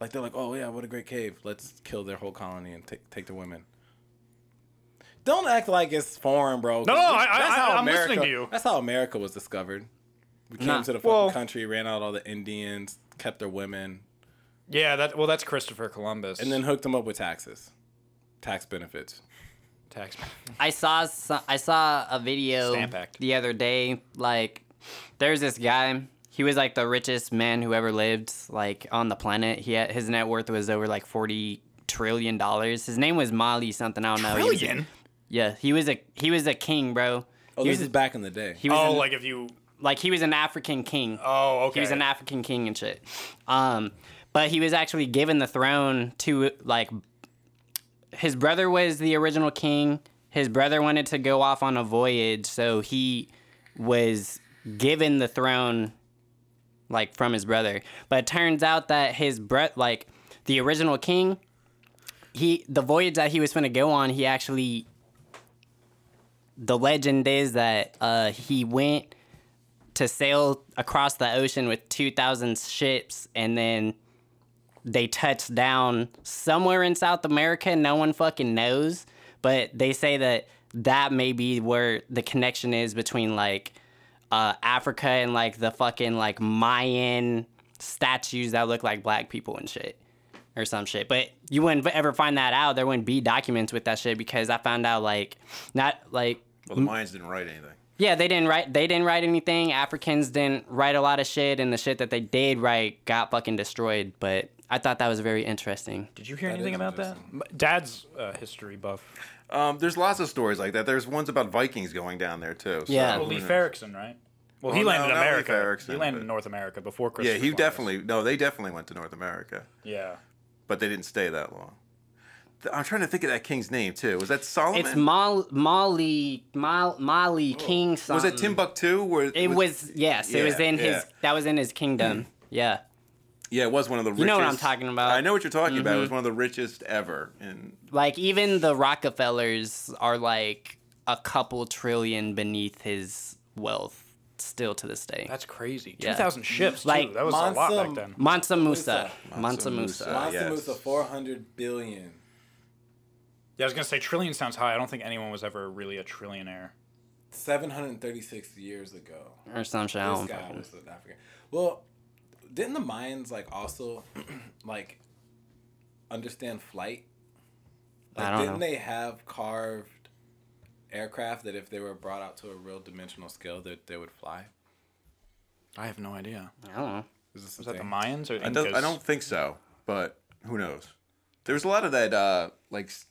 Like they're like, oh yeah, what a great cave. Let's kill their whole colony and take take the women. Don't act like it's foreign, bro. No, no, I- I- That's how I'm listening America- to you. That's how America was discovered. We came Nah. to the fucking Well- country, ran out all the Indians, kept their women, Yeah, that well, that's Christopher Columbus. and then hooked them up with taxes, tax benefits. tax. I saw so- I saw a video Stamp Act. the other day. Like, there's this guy. He was like the richest man who ever lived, like on the planet. He had, his net worth was over like forty trillion dollars. His name Oh, was Molly something. I don't know. He was a- Trillion. yeah, he was a he was a king, bro. Oh, this is back in the day. He was Oh, in- like if you. like he was an African king. Oh, okay. He was an African king and shit. Um, but he was actually given the throne to like his brother was the original king. His brother wanted to go off on a voyage, so he was given the throne like from his brother. But it turns out that his breath like the original king he the voyage that he was going to go on, he actually the legend is that uh, he went to sail across the ocean with 2,000 ships and then they touched down somewhere in South America. No one fucking knows, but they say that that may be where the connection is between like uh, Africa and like the fucking like Mayan statues that look like black people and shit or some shit. But you wouldn't ever find that out. There wouldn't be documents with that shit because I found out like not like Well, Mm. the Mayans didn't write anything. yeah, they didn't write. They didn't write anything. Africans didn't write a lot of shit, and the shit that they did write got fucking destroyed. But I thought that was very interesting. Did you hear That anything is about that? M- Dad's uh, history buff. Um, there's lots of stories like that. There's ones about Vikings going down there too. So Yeah. Oh, Well, who Leif knows? Erikson, right? Well, he Mm. Well, landed in no, not Leif America. Erikson, he landed but- in North America before Christopher Yeah, he Columbus. definitely. No, they definitely went to North America, Yeah. but they didn't stay that long. Th- I'm trying to think of that king's name too. Was that Solomon? It's Mal- Mali Mal- Mali King something. was that Timbuktu? Where um, It was yes. it was yeah, in his. yeah. That was in his kingdom. Yeah. Yeah, it was one of the. You know what I'm richest- talking about. Mm-hmm. I know what you're talking about. It was one of the richest ever. And Like even the Rockefellers are like a couple trillion beneath his wealth still to this day. That's crazy. Yeah. 2,000 ships, too. Like, that was a lot back Monsum- then. Mansa Musa. Mansa Mansa Musa. Musa. Uh, Monster yes. Musa, 400 billion. Yeah, I was going to say trillion sounds high. I don't think anyone was ever really a trillionaire. 736 years ago. Or some shit. I This don't guy fucking- was an African. Well, didn't the Mayans like also [clears throat] like understand flight? Like, I don't didn't know. they have carved aircraft that if they were brought out to a real dimensional scale that they would fly? I have no idea. I don't know. Is this Was that the Mayans or I don't, I Incas? don't think so, but who knows? There was a lot of that, uh, like, s-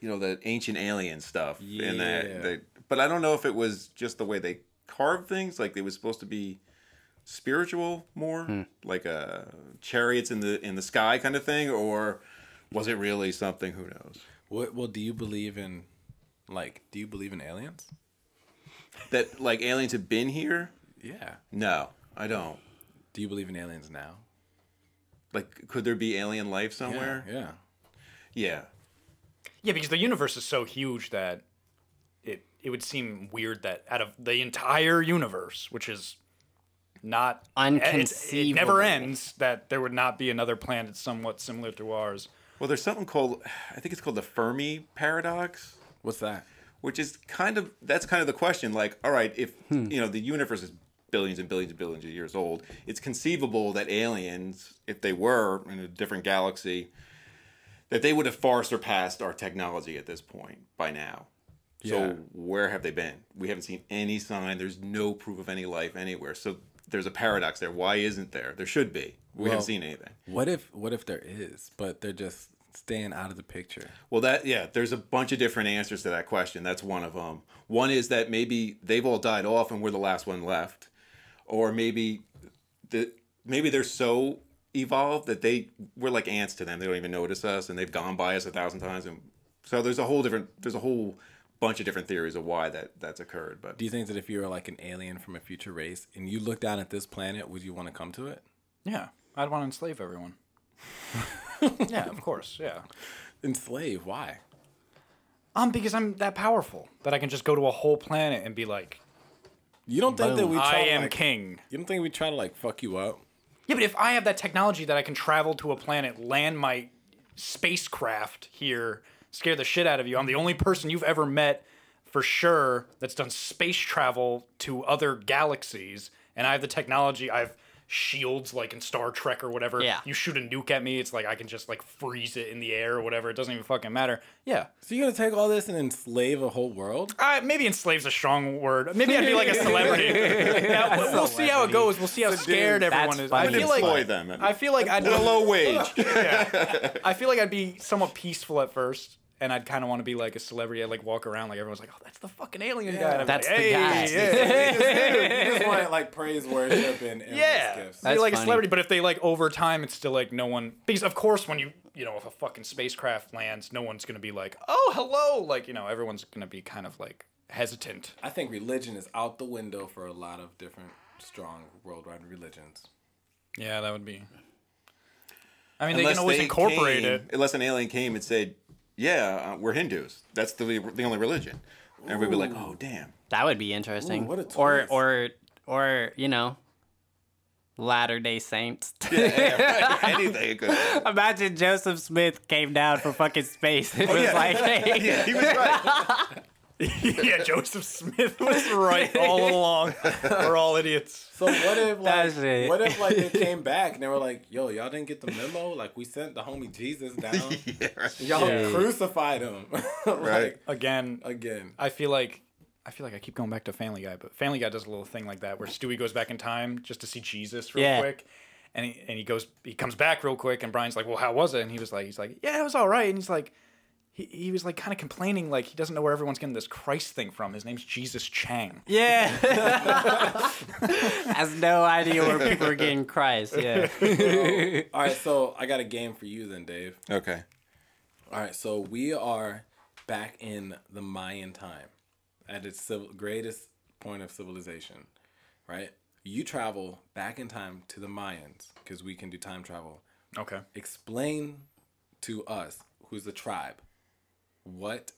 you know, the ancient alien stuff in Yeah. that. They, but I don't know if it was just the way they carved things. Like they was supposed to be spiritual more, like uh, chariots in the in the sky kind of thing, or was it really something? Who knows? What, well, do you believe in like do you believe in aliens? That like aliens have been here? Yeah. No, I don't. Do you believe in aliens now? Like, could there be alien life somewhere? Yeah. yeah. Yeah, because the universe is so huge that it it would seem weird that out of the entire universe, which is not it's- it never Unconceivable. ends, that there would not be another planet somewhat similar to ours. Well, there's something called, I think it's called the Fermi paradox. What's that? which is kind of that's kind of the question like all right if Hmm. you know the universe is billions and billions and billions of years old it's conceivable that aliens if they were in a different galaxy that they would have far surpassed our technology at this point by now Yeah. so where have they been we haven't seen any sign there's no proof of any life anywhere so there's a paradox there why isn't there there should be we Well- haven't seen anything What if what if there is, but they're just staying out of the picture? Well, that yeah, there's a bunch of different answers to that question. That's one of them. One is that maybe they've all died off and we're the last one left, or maybe the maybe they're so evolved that they we're like ants to them. They don't even notice us, and they've gone by us a thousand times. And so there's a whole different there's a whole bunch of different theories of why that that's occurred. But Do you think that if you were like an alien from a future race and you look down at this planet, would you want to come to it? Yeah, I'd want to enslave everyone. [laughs] yeah, of course. Yeah, Enslave? Why? um, because I'm that powerful that I can just go to a whole planet and be like, You don't think that we I try to, am like, king. You don't think we try to like fuck you up? Yeah, but if I have that technology that I can travel to a planet, land my spacecraft here, scare the shit out of you, I'm the only person you've ever met for sure that's done space travel to other galaxies, and I have the technology, I've shields like in Star Trek or whatever. Yeah. You shoot a nuke at me, it's like I can just like freeze it in the air or whatever. It doesn't even fucking matter. Yeah. So you're gonna take all this and enslave a whole world? I, maybe enslave's a strong word. Maybe I'd be like a celebrity. yeah, we'll, we'll see how it goes. We'll see how scared That's everyone is. I funny. feel employ like them [laughs] at I feel like I'd [laughs] a low wage. I feel like I'd be somewhat peaceful at first, and I'd kind of want to be like a celebrity. I'd like walk around like everyone's like, "Oh, that's the fucking alien guy." And I'd be That's like, the "Hey, guy." Yeah. You just want like praise worship [laughs] and, and Yeah, gifts. be That's like a funny. celebrity, but if they like over time, it's still like no one. Because of course, when you you know if a fucking spacecraft lands, no one's gonna be like, oh hello, like you know everyone's gonna be kind of like hesitant. I think religion is out the window for a lot of different strong worldwide religions. Yeah, that would be. I mean, they Unless can always they incorporate came- it. Unless an alien came and said, "Yeah, uh, we're Hindus. That's the the only religion," and we'd be like, "Oh, [laughs] damn." That would be interesting. Ooh, what a or twist. or or you know, Latter Day Saints. [laughs] Anything. Could happen. Imagine Joseph Smith came down from fucking space. It was yeah. like, hey, Yeah, he was right. [laughs] yeah, Joseph Smith was right [laughs] all along. We're all idiots. So what if [laughs] like That's it. what if like they came back and they were like, "Yo, y'all didn't get the memo? Like we sent the homie Jesus down. [laughs] yeah, right. Y'all Yeah. crucified him." [laughs] like, Right. Again, Again, I feel like I feel like I keep going back to Family Guy, but Family Guy does a little thing like that where Stewie goes back in time just to see Jesus real Yeah. quick. And he, and he goes he comes back real quick and Brian's like, "Well, how was it?" And he was like he's like, "Yeah, it was all right." And he's like he, he was like kind of complaining like he doesn't know where everyone's getting this Christ thing from. His name's Jesus Chang. [laughs] yeah. [laughs] Has no idea where people are getting Christ. Yeah. all right. So I got a game for you then, Dave. Okay. All right, so we are back in the Mayan time at its civil, greatest point of civilization, right? You travel back in time to the Mayans because we can do time travel. Okay. Explain to us, who's the tribe, what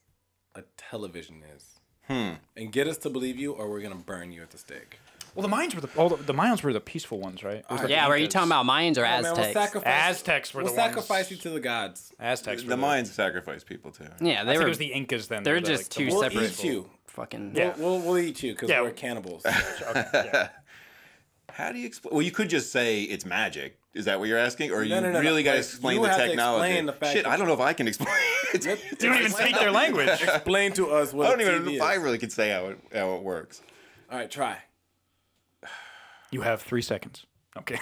a television is. Hmm. And get us to believe you, or we're going to burn you at the stake. Well, the Mayans were the all the, the Mayans were the peaceful ones, right? It was the Uh, yeah, were you talking about Mayans or Oh, Man, we'll Aztecs? sacrifice, Aztecs were we'll the ones- sacrifice you to the gods. Aztecs. Were The Mayans sacrificed people too. yeah, I they think were it was the Incas then. they're were the, just like, two the- We'll separate eat you. fucking. Yeah. [laughs] [laughs] We'll, we'll eat you because Yeah. we're [laughs] cannibals. How do you explain? Well, you could just say it's magic. Is that what you're asking, or you no, no, really no, got to like, explain you the have to technology? explain the fact Shit, that- I don't know if I can explain. [laughs] it. They don't even speak their language. Explain to us what I don't a even TV know is. if I really can say how it how it works. All right, try. You have three seconds. Okay.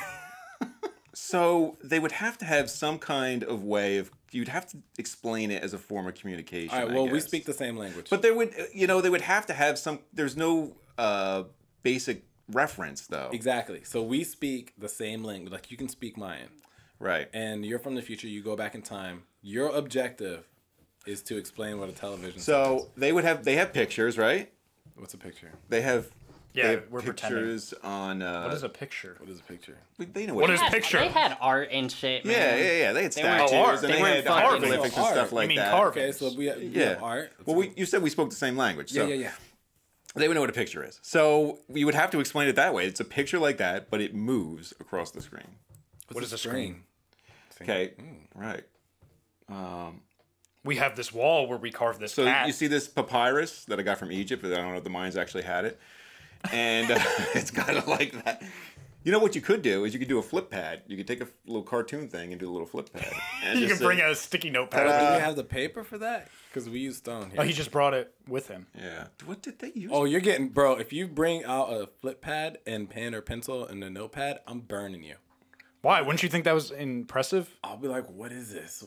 [laughs] So they would have to have some kind of way of you'd have to explain it as a form of communication. All right, I well, we guess. speak the same language. But there would, you know, they would have to have some. There's no uh, basic reference though. exactly. So we speak the same language. Like you can speak Mayan, Right. and you're from the future. You go back in time. Your objective is to explain what a television. is. So they would have they have pictures, right? what's a picture? They have Yeah, they have we're pretending. pictures on. Uh, What is a picture? What is a picture? They know what, What it is- is. Picture. They had art and shit. Man. Yeah, yeah, yeah. They weren't- had statues Oh, art. and They they, weren't had fucking- hieroglyphics Oh, and art. stuff You like mean that. carving. Okay, so we, we Yeah. have art. That's Well, a we, you said we spoke the same language. good- So yeah, yeah, yeah. They would know what a picture is. So you would have to explain it that way. It's a picture like that, but it moves across the screen. What is a screen? Okay. Right. We have this wall where we carve this So cat. you see this papyrus that I got from Egypt, but I don't know if the Mayans actually had it. And uh, [laughs] it's kind of like that. You know what you could do is you could do a flip pad. You could take a f- little cartoon thing and do a little flip pad. And [laughs] you just can bring say- a sticky notepad. with Do Uh, you. we have the paper for that? Because we use stone here. oh, he just brought it with him. Yeah. What did they use? Oh, you're getting bro. If you bring out a flip pad and pen or pencil and a notepad, I'm burning you. Why? Wouldn't you think that was impressive? I'll be like, what is this?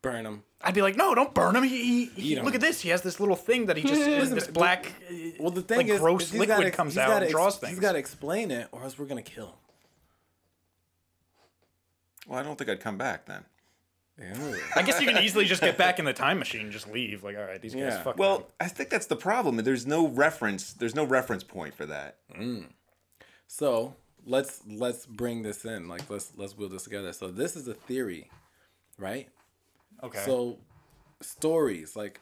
Burn them. I'd be like, no, don't burn him. He, he, he Eat him. look at this. He has this little thing that he [laughs] just this black. Well, the thing like, is, gross is liquid ex- comes he's out gotta and ex- draws things. He's got to explain it, or else we're gonna kill him. Well, I don't think I'd come back then. I guess you can easily just get back in the time machine and just leave. Like, all right, these guys Yeah. fuck. Well, I think that's the problem. There's no reference. There's no reference point for that. So let's let's bring this in. Like let's let's build this together. So this is a theory, right? okay. So stories like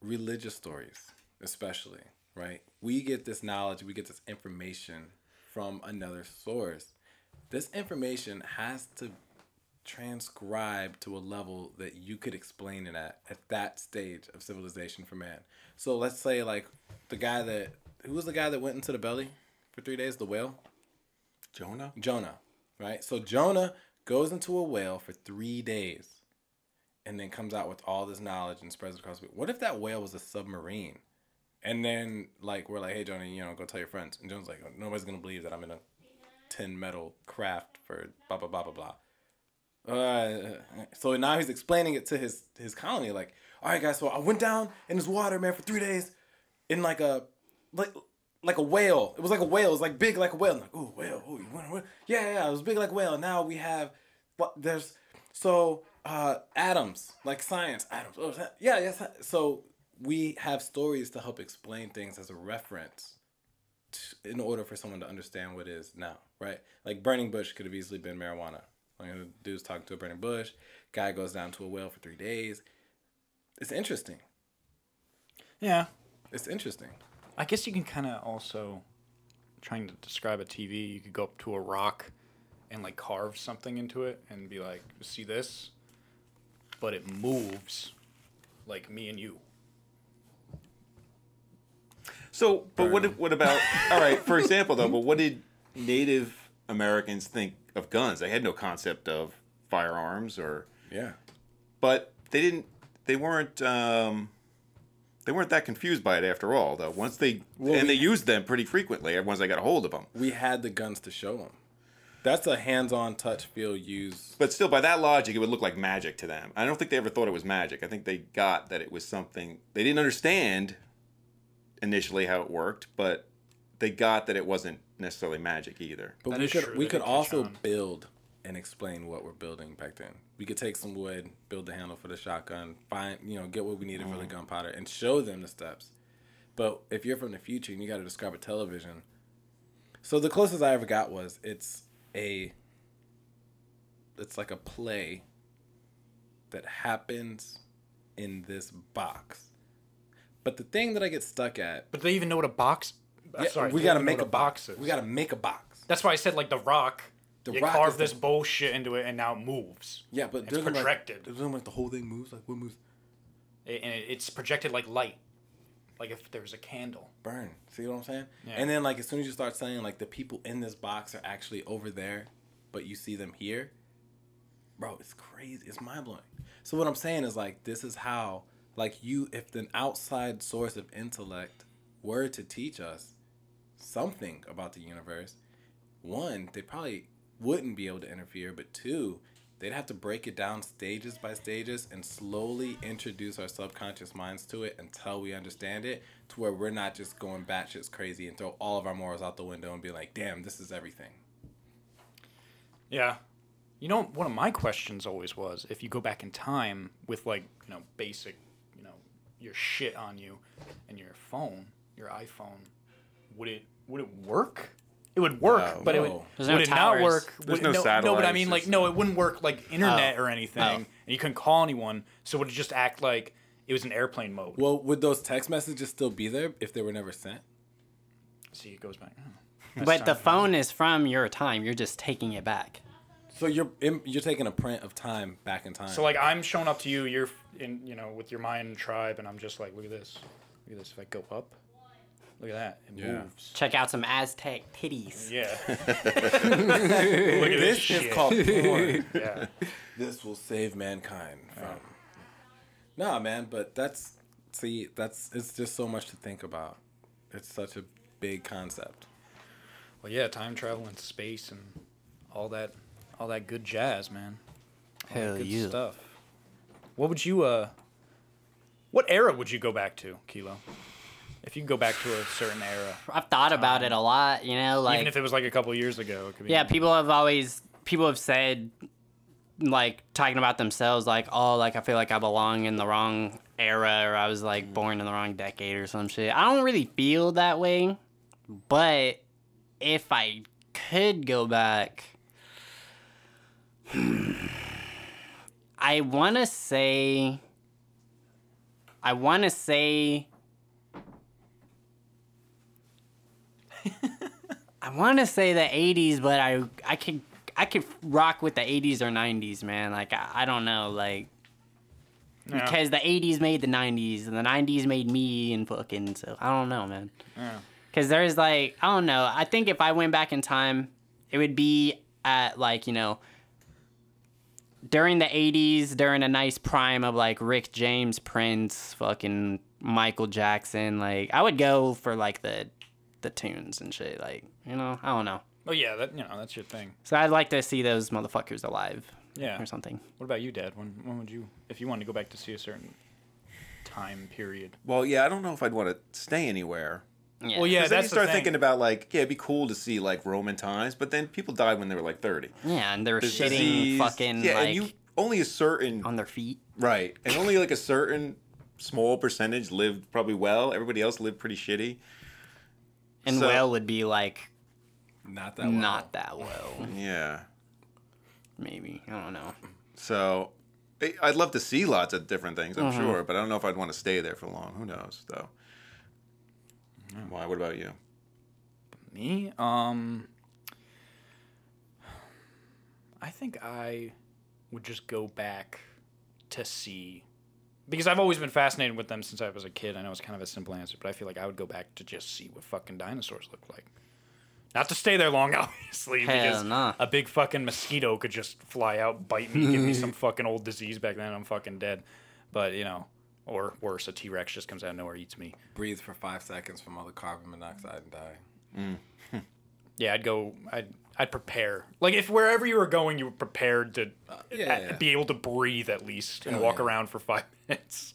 religious stories, especially, right? We get this knowledge, we get this information from another source. This information has to transcribe to a level that you could explain it at at that stage of civilization for man. So let's say like the guy that who was the guy that went into the belly for 3 days, the whale? Jonah? Jonah, right? So Jonah goes into a whale for three days and then comes out with all this knowledge and spreads it across. the- What if that whale was a submarine? And then, like, we're like, hey, Jonah, you know, go tell your friends. And Jonah's like, nobody's going to believe that I'm in a tin metal craft for blah, blah, blah, blah, blah. Uh, so now he's explaining it to his his colony, like, all right, guys. So I went down in this water, man, for three days, in like a like like a whale. It was like a whale. It was like big like a whale. And like, ooh, whale. Ooh, you want a whale? Yeah, yeah, yeah. It was big like a whale. Now we have, but there's so uh atoms like science atoms. Oh, is that- yeah, yes. So we have stories to help explain things as a reference t- in order for someone to understand what is now, right? Like burning bush could have easily been marijuana. Like the dude's talking to a burning bush, guy goes down to a well for three days. It's interesting. Yeah. It's interesting. I guess you can kind of also trying to describe a TV. You could go up to a rock and like carve something into it and be like, "See this?" But it moves, like me and you. So, but what what about all right? [laughs] For example, though, but what did Native Americans think of guns? They had no concept of firearms, or Yeah. but they didn't. They weren't. Um, they weren't that confused by it after all, though. Once they and they used them pretty frequently. Once they got a hold of them, We had the guns to show them. That's a hands-on touch feel use. but still, by that logic, it would look like magic to them. I don't think they ever thought it was magic. I think they got that it was something they didn't understand initially how it worked, but they got that it wasn't necessarily magic either. But That we is could true, we they could did touch also on. build and explain what we're building back then. We could take some wood, build the handle for the shotgun, find you know, get what we needed for Mm. the gunpowder and show them the steps. But if you're from the future and you gotta describe a television. So the closest I ever got was it's a it's like a play that happens in this box. But the thing that I get stuck at But do they even know what a box? I'm Yeah, sorry, we do they gotta even know make a what box. is? We gotta make a box. That's why I said like the rock. The you rock carve is the- this bullshit into it and now it moves. Yeah, but it's doesn't, like- projected doesn't like the whole thing moves. Like what moves? It- and it- it's projected like light, like if there's a candle. Burn. See what I'm saying? Yeah. And then like as soon as you start saying like the people in this box are actually over there, but you see them here, bro, it's crazy. It's mind blowing. So what I'm saying is like this is how like you if an outside source of intellect were to teach us something about the universe, one, they probably wouldn't be able to interfere, but two, they'd have to break it down stages by stages and slowly introduce our subconscious minds to it until we understand it to where we're not just going batshit crazy and throw all of our morals out the window and be like, damn, this is everything. Yeah. You know, one of my questions always was if you go back in time with like, you know, basic, you know, your shit on you and your phone, your iPhone, would it would it work? It would work, No. but it would, No. There's would no it towers. not work? There's would, no no, but I satellites, mean like there's- no, it wouldn't work like internet or anything. Oh. And you couldn't call anyone, so would it just act like it was an airplane mode? Well, would those text messages still be there if they were never sent? See, it goes back. oh. But the phone is from your time. You're just taking it back. So you're in, you're taking a print of time back in time. So like I'm showing up to you, you're f- in you know with your Mayan tribe, and I'm just like, look at this, look at this. If I go up, look at that, it Yeah. moves. Check out some Aztec [laughs] titties. Yeah. look at this, this shit. is called [laughs] porn. Yeah. this will save mankind from. Nah, man, but that's see, that's it's just so much to think about. It's such a big concept. Well, yeah, time travel and space and all that, all that good jazz, man. All that Hell good yeah. stuff. What would you uh? What era would you go back to, Kilo? If you could go back to a certain era, I've thought about it a lot, you know, like even if it was like a couple years ago, it could be. Yeah, people have always people have said like talking about themselves like, "Oh, like I feel like I belong in the wrong era or I was like born in the wrong decade or some shit." I don't really feel that way, but if I could go back [sighs] I want to say I want to say I want to say the 80s, but I I could I could rock with the 80s or 90s, man. Like I, I don't know, like Yeah. because the 80s made the 90s and the 90s made me and fucking so I don't know, man. Yeah. Cuz there's like I don't know. I think if I went back in time, it would be at like, you know, during the 80s, during a nice prime of like Rick James, Prince, fucking Michael Jackson, like I would go for like the the tunes and shit like, you know, I don't know. Oh yeah, that you know that's your thing. So I'd like to see those motherfuckers alive. Yeah. or something. What about you, Dad? When when would you, if you wanted to go back to see a certain time period? Well, yeah, I don't know if I'd want to stay anywhere. Yeah. Well, yeah, 'Cause then that's you start the thing. thinking about like, yeah, it'd be cool to see like Roman times, but then people died when they were like thirty. Yeah, and they were There's shitting disease. fucking yeah, like and you only a certain on their feet. right, and only like a certain small percentage lived probably well. Everybody else lived pretty shitty. And So- well would be like Not that. well. not that well, Yeah, maybe. I don't know. so I- I'd love to see lots of different things, Mm-hmm. I'm sure, but I don't know if I'd want to stay there for long. Who knows, though. Why? What about you? Me? Um I think I would just go back to see because I've always been fascinated with them since I was a kid. I know it's kind of a simple answer, but I feel like I would go back to just see what fucking dinosaurs look like. Not to stay there long, [laughs] obviously, Hell because nah. a big fucking mosquito could just fly out, bite me, give me [laughs] some fucking old disease back then, I'm fucking dead. But, you know, or worse, a T Rex just comes out of nowhere, eats me. Breathe for five seconds from all the carbon monoxide and die. Yeah, I'd go. I'd I'd prepare. Like if wherever you were going, you were prepared to yeah, at- yeah. be able to breathe at least and Oh, walk yeah. around for five [laughs] minutes.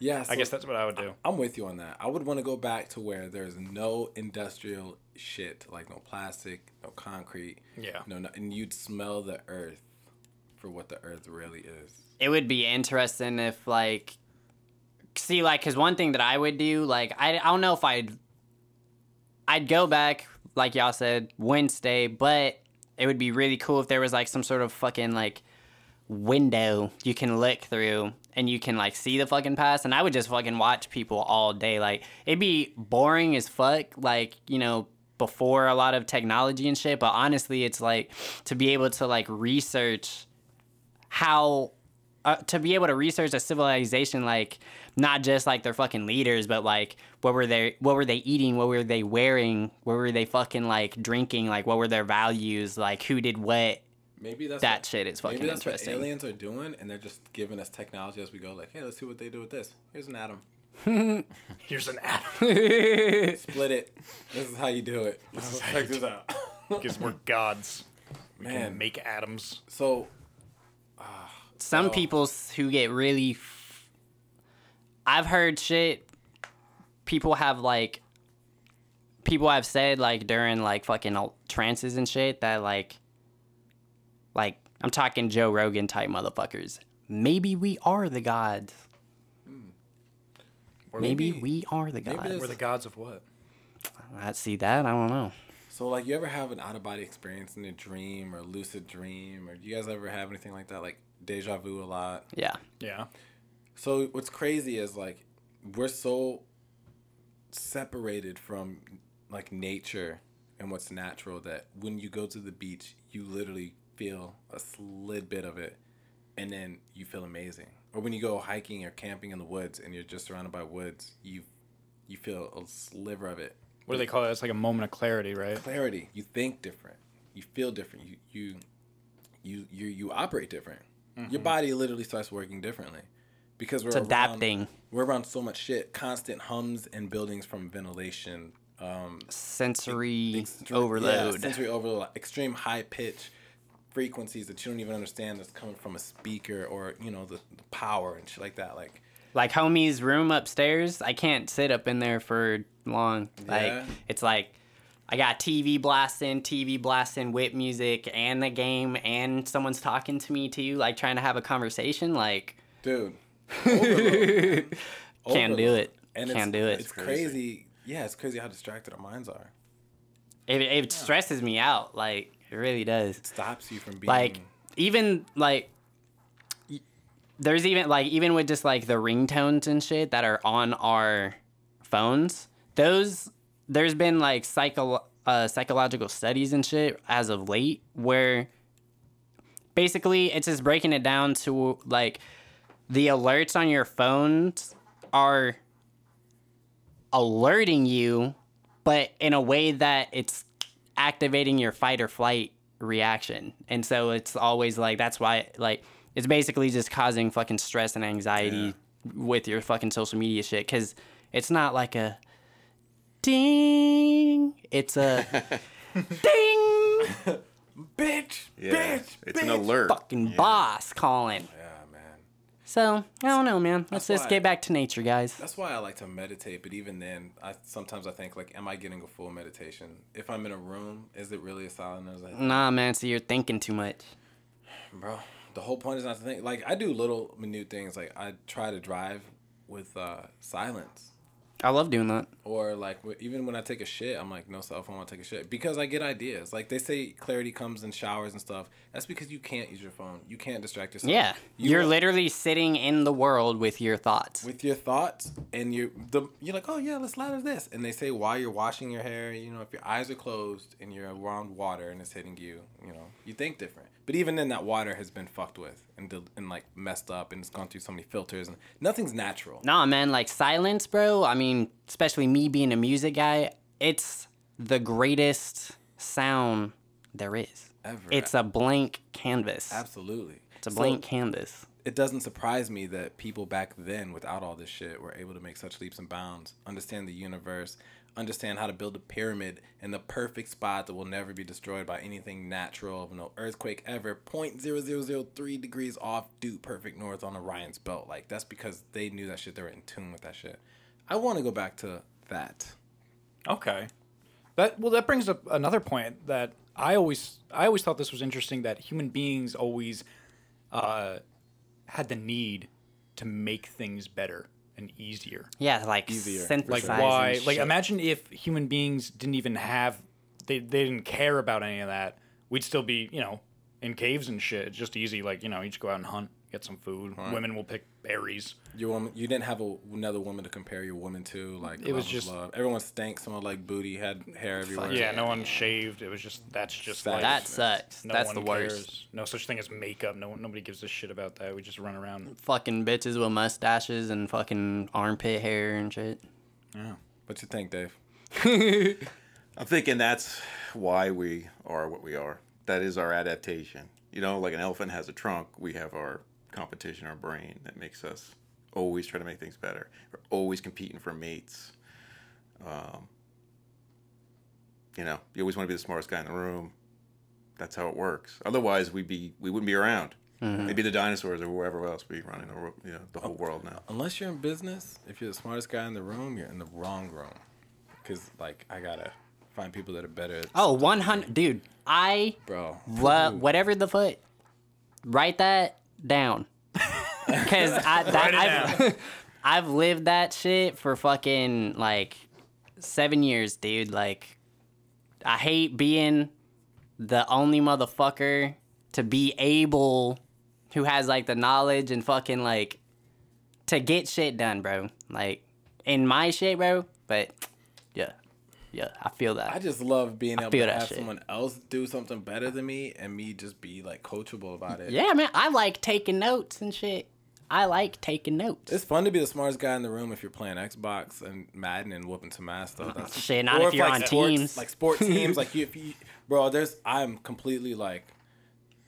Yeah, so I guess that's what I [laughs] would do. I'm with you on that. I would want to go back to where there's no industrial shit, like no plastic, no concrete. Yeah. No, no and you'd smell the earth for what the earth really is. It would be interesting if like see like cuz one thing that I would do like I I don't know if I'd I'd go back like y'all said Wednesday, but it would be really cool if there was like some sort of fucking like window you can look through and you can like see the fucking past and I would just fucking watch people all day like it'd be boring as fuck like you know before a lot of technology and shit but honestly it's like to be able to like research how uh, to be able to research a civilization like not just like their fucking leaders but like what were they what were they eating what were they wearing what were they fucking like drinking like what were their values like who did what Maybe that's that what, shit is fucking maybe that's what interesting aliens are doing, and they're just giving us technology as we go. Like, hey, let's see what they do with this. Here's an atom. Here's an app Split it. this is how you do it. Check this out. because we're gods. [laughs] We Man. can make atoms. So some Oh. people s- who get really f- i've heard shit people have like people have said like during like fucking al- trances and shit that like like i'm talking joe rogan type motherfuckers maybe we are the gods Or maybe, maybe- we are the maybe gods We're the gods of what? i see that i don't know So, like, you ever have an out of body experience in a dream or lucid dream, or do you guys ever have anything like that, like deja vu a lot? yeah Yeah. So, what's crazy is like we're so separated from like nature and what's natural that when you go to the beach, you literally feel a slid bit of it, and then you feel amazing. Or when you go hiking or camping in the woods and you're just surrounded by woods, you you feel a sliver of it. What do they call it? It's like a moment of clarity, right? clarity. You think different. You feel different. You you you you, you operate different. Mm-hmm. Your body literally starts working differently because we're it's adapting Around, we're around so much shit. Constant hums and buildings from ventilation. Um, sensory extreme- overload yeah, sensory overload. Extreme high pitch frequencies that you don't even understand that's coming from a speaker or you know the, the power and shit like that. Like like homie's room upstairs i can't sit up in there for long like Yeah. it's like i got tv blasting tv blasting whip music and the game and someone's talking to me too like trying to have a [laughs] conversation like dude, overload. can't do Overload. it And can't it's, do it It's crazy. Yeah, it's crazy how distracted our minds are. it, it stresses me out like it really does Stops you from being like even like y- there's even like even with just like the ringtones and shit that are on our phones those there's been like psycho uh, psychological studies and shit as of late where basically it's just breaking it down to like the alerts on your phones are alerting you but in a way that it's activating your fight or flight reaction. And so it's always like that's why like it's basically just causing fucking stress and anxiety with your fucking social media shit cuz it's not like a [laughs] ding. It's a ding. bitch, Yeah, bitch, it's an bitch. alert. Fucking boss calling. Yeah, man. So I don't know, man. That's Let's just why- get back to nature, guys. That's why I like to meditate, but even then, I sometimes I think like, am I getting a full meditation? If I'm in a room, is it really a silent? I was like, Nah, man. So you're thinking too much. bro, the whole point is not to think. Like I do little minute things, like I try to drive with uh, silence, I love doing that. or like wh- even when I take a shit, I'm like, no cell phone, I take a shit because I get ideas. Like they say, clarity comes in showers and stuff. That's because you can't use your phone. You can't distract yourself. Yeah, You you're are- literally sitting in the world with your thoughts. with your thoughts and you the you're like oh yeah let's lather this and they say while you're washing your hair you know if your eyes are closed and you're around water and it's hitting you you know you think different but even then that water has been fucked with and del- and like messed up and it's gone through so many filters and nothing's natural Nah, man, like silence, bro. I mean, especially me being a music guy, it's the greatest sound there is. ever It's a blank canvas. absolutely It's a So- blank canvas. it doesn't surprise me that people back then, without all this shit, were able to make such leaps and bounds, understand the universe, understand how to build a pyramid in the perfect spot that will never be destroyed by anything natural, no earthquake ever, 0.0003 degrees off, due perfect north on Orion's belt. Like, that's because they knew that shit. They were in tune with that shit. I want to go back to that. Okay. That well, that brings up another point that I always I always thought this was interesting that human beings always uh, had the need to make things better and easier. Yeah, like Easier, Like synthesizing. why? Like shit. imagine if human beings didn't even have they they didn't care about any of that. We'd still be you know in caves and shit. It's just easy. Like you know you just go out and hunt, get some food. Women will pick berries. Your woman, you didn't have a, another woman to compare your woman to. Like, it was just- love. everyone stank, someone like booty, had hair everywhere. Yeah, no one shaved. It was just that's just That like that sucks. No That's one the worst. cares. No such thing as makeup. No one, nobody gives a shit about that. We just run around. Fucking bitches with mustaches and fucking armpit hair and shit. What you think, Dave? I'm thinking that's why we are what we are. That is our adaptation. You know, like an elephant has a trunk, we have our competition, our brain that makes us always try to make things better. We're always competing for mates. Um, you know, you always want to be the smartest guy in the room. That's how it works. Otherwise, we'd be we wouldn't be around. Maybe the dinosaurs or whoever else be running the, wor- you know, the whole world now. Unless you're in business, if you're the smartest guy in the room, you're in the wrong room. Cause like I gotta find people that are better. At, Oh, 100. Dude, I bro. Wha- whatever the foot. Write that down. Because I that, I've, [laughs] I've lived that shit for fucking like seven years, dude. Like, I hate being the only motherfucker to be able who has like the knowledge and fucking like to get shit done, bro. Like, in my shit, bro. But yeah, yeah, I feel that. I just love being able feel to that have shit. someone else do something better than me and me just be like coachable about it. Yeah, man, I like taking notes and shit. I like taking notes. It's fun to be the smartest guy in the room if you're playing Xbox and Madden and whooping some ass though. That's- Shit, [laughs] not or if you're like on sports, teams. like [laughs] sport teams, like you, if you, bro, there's I'm completely like,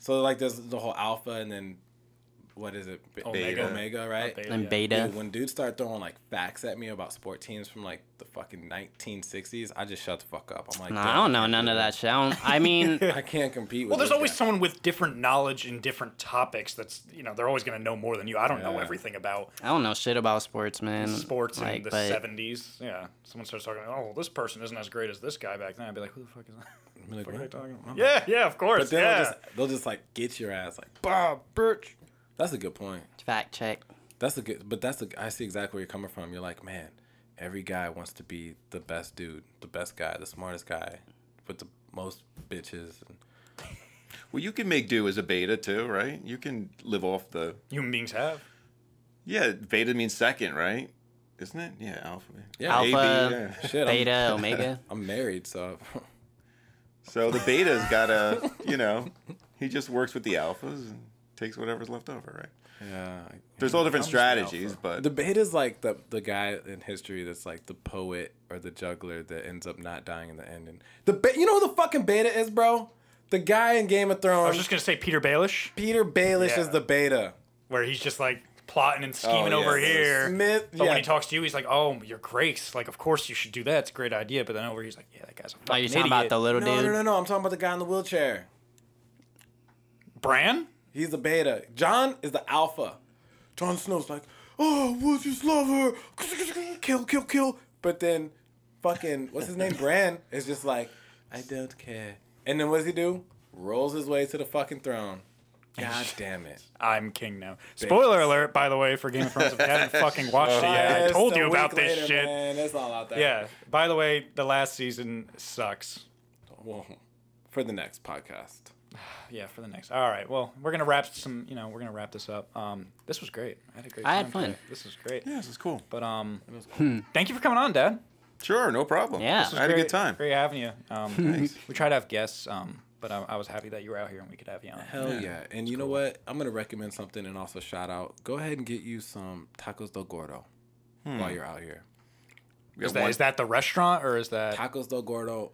so like there's the whole alpha and then what is it? B- Omega. Omega, right? Beta, and yeah. beta. Dude, when dudes start throwing like facts at me about sport teams from like the fucking 1960s, I just shut the fuit up. I'm like, Nah, "Damn, I don't know can't none do of that shit. I, don't, [laughs] I mean, I can't compete. With Well, there's this always guy. someone with different knowledge in different topics. That's you know they're always gonna know more than you. I don't know Yeah. everything about I don't know shit about sports, man. sports in like, the but '70s. Yeah, someone starts talking. Oh, well, this person isn't as great as this guy back then. I'd be like, who the fuck is that? I'm like, What are they "What?" talking about? Yeah, yeah, of course. Oh But then yeah. they'll just they'll just like get your ass like, bah, bitch. That's a good point. fact check. That's a good, but that's a, I see exactly where you're coming from. You're like, man, every guy wants to be the best dude, the best guy, the smartest guy, with the most bitches. Well, you can make do as a beta too, right? You can live off the Human beings have. Yeah, beta means second, right? Isn't it? Yeah, alpha. Yeah. A, B, Alpha. yeah. Shit, I'm, [laughs] Beta, omega. I'm married, so [laughs] So the beta's [laughs] got a, you know, he just works with the alphas and takes whatever's left over, right? yeah. There's all different strategies, but The beta's like the the guy in history that's like the poet or the juggler that ends up not dying in the end. And the be- you know who the fucking beta is, bro? The guy in Game of I was Thrones, just gonna say Peter Baelish, Peter Baelish, Yeah. is the beta. where he's just like plotting and scheming Oh, yeah. over here. Smith, But yeah. when he talks to you, he's like, "Oh, your grace! Like, of course you should do that. It's a great idea." But then over, here, he's like, "Yeah, that guy's a fucking Are you talking about idiot." the little no, dude? no, no, no. I'm talking about the guy in the wheelchair. Bran? He's a beta. John is the alpha. Jon Snow's like, oh, would you love her? Kill, kill, kill. But then, fucking, what's his [laughs] name? Bran is just like, I don't care. And then what does he do? Rolls his way to the fucking throne. [laughs] God damn it. I'm king now. Spoiler alert, by the way, for Game of Thrones. If you [laughs] haven't fucking watched it yet, I Just told Oh, a you week about this later, shit. Man, that's all out there. Yeah. By the way, the last season sucks. Well, [laughs] for the next podcast. Yeah, for the next. All right. Well, we're gonna wrap some. You know, we're gonna wrap this up. Um, this was great. I had a great. I had time fun. today. This was great. Yeah, this is cool. But um, thank you for coming on, Dad. Sure, no problem. Yeah. This I was I had a great, good time. Great having you. Um, Thanks. we try to have guests. Um, but I, I was happy that you were out here and we could have you on. Hell yeah. And you know what? I'm going to recommend something and also shout out. Go ahead and get you some Tacos del Gordo Hmm. while you're out here. We Is got that, one- is that the restaurant or is that? Tacos del Gordo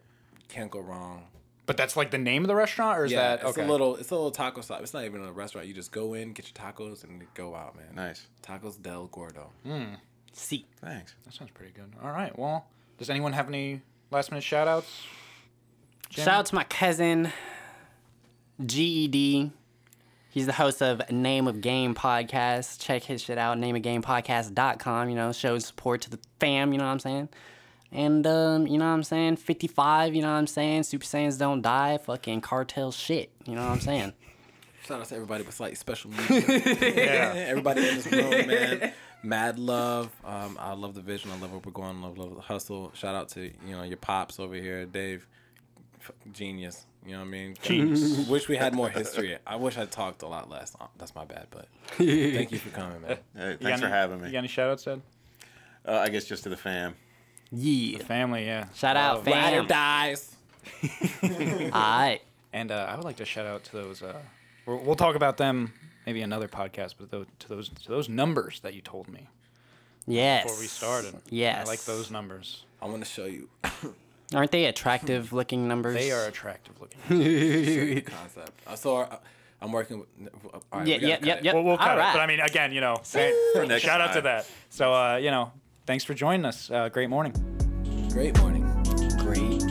can't go wrong. But that's like the name of the restaurant or is Yeah, that? it's a little it's a little taco shop. It's not even a restaurant. You just go in, get your tacos, and go out, man. nice. Tacos del Gordo. Mm. See. Thanks. That sounds pretty good. All right. Well, does anyone have any last minute shout outs? [laughs] Shout out to my cousin, GED. He's the host of Name of Game podcast. Check his shit out, nameofgamepodcast.com. You know, shows support to the fam, you know what I'm saying? And, um, you know what I'm saying? 55, you know what I'm saying? Super Saiyans don't die. Fucking cartel shit, you know what I'm saying? Shout out to everybody with like special [laughs] media. everybody in this room, man. Mad love. Um, I love the vision. I love where we're going. Love, love the hustle. Shout out to you know your pops over here, Dave. F- Genius. You know what I mean? Genius. [laughs] wish we had more history. I wish I talked a lot less. Uh, That's my bad, but thank you for coming, man. Hey, You got thanks for any- having You me. got any shout outs, Dad? Uh, I guess just to the fam. Yeah. Family, yeah. Shout out, Love. Ride [laughs] or fam. dies. All right. And uh, I would like to shout out to those. Uh, we'll, we'll talk about them maybe another podcast, but tho- to those to those numbers that you told me Yes. before we started. Yes. I like those numbers. I want to show you Aren't they attractive looking numbers? They are attractive looking. concept. Uh, so uh, I'm working with. all right, we Yeah, gotta yeah, cut yeah, it. yeah. we'll, we'll cut All it. But right. I mean, again, you know, hey, [laughs] next shout out to time. that. So uh, you know, thanks for joining us. Uh, great morning. Great morning. Great.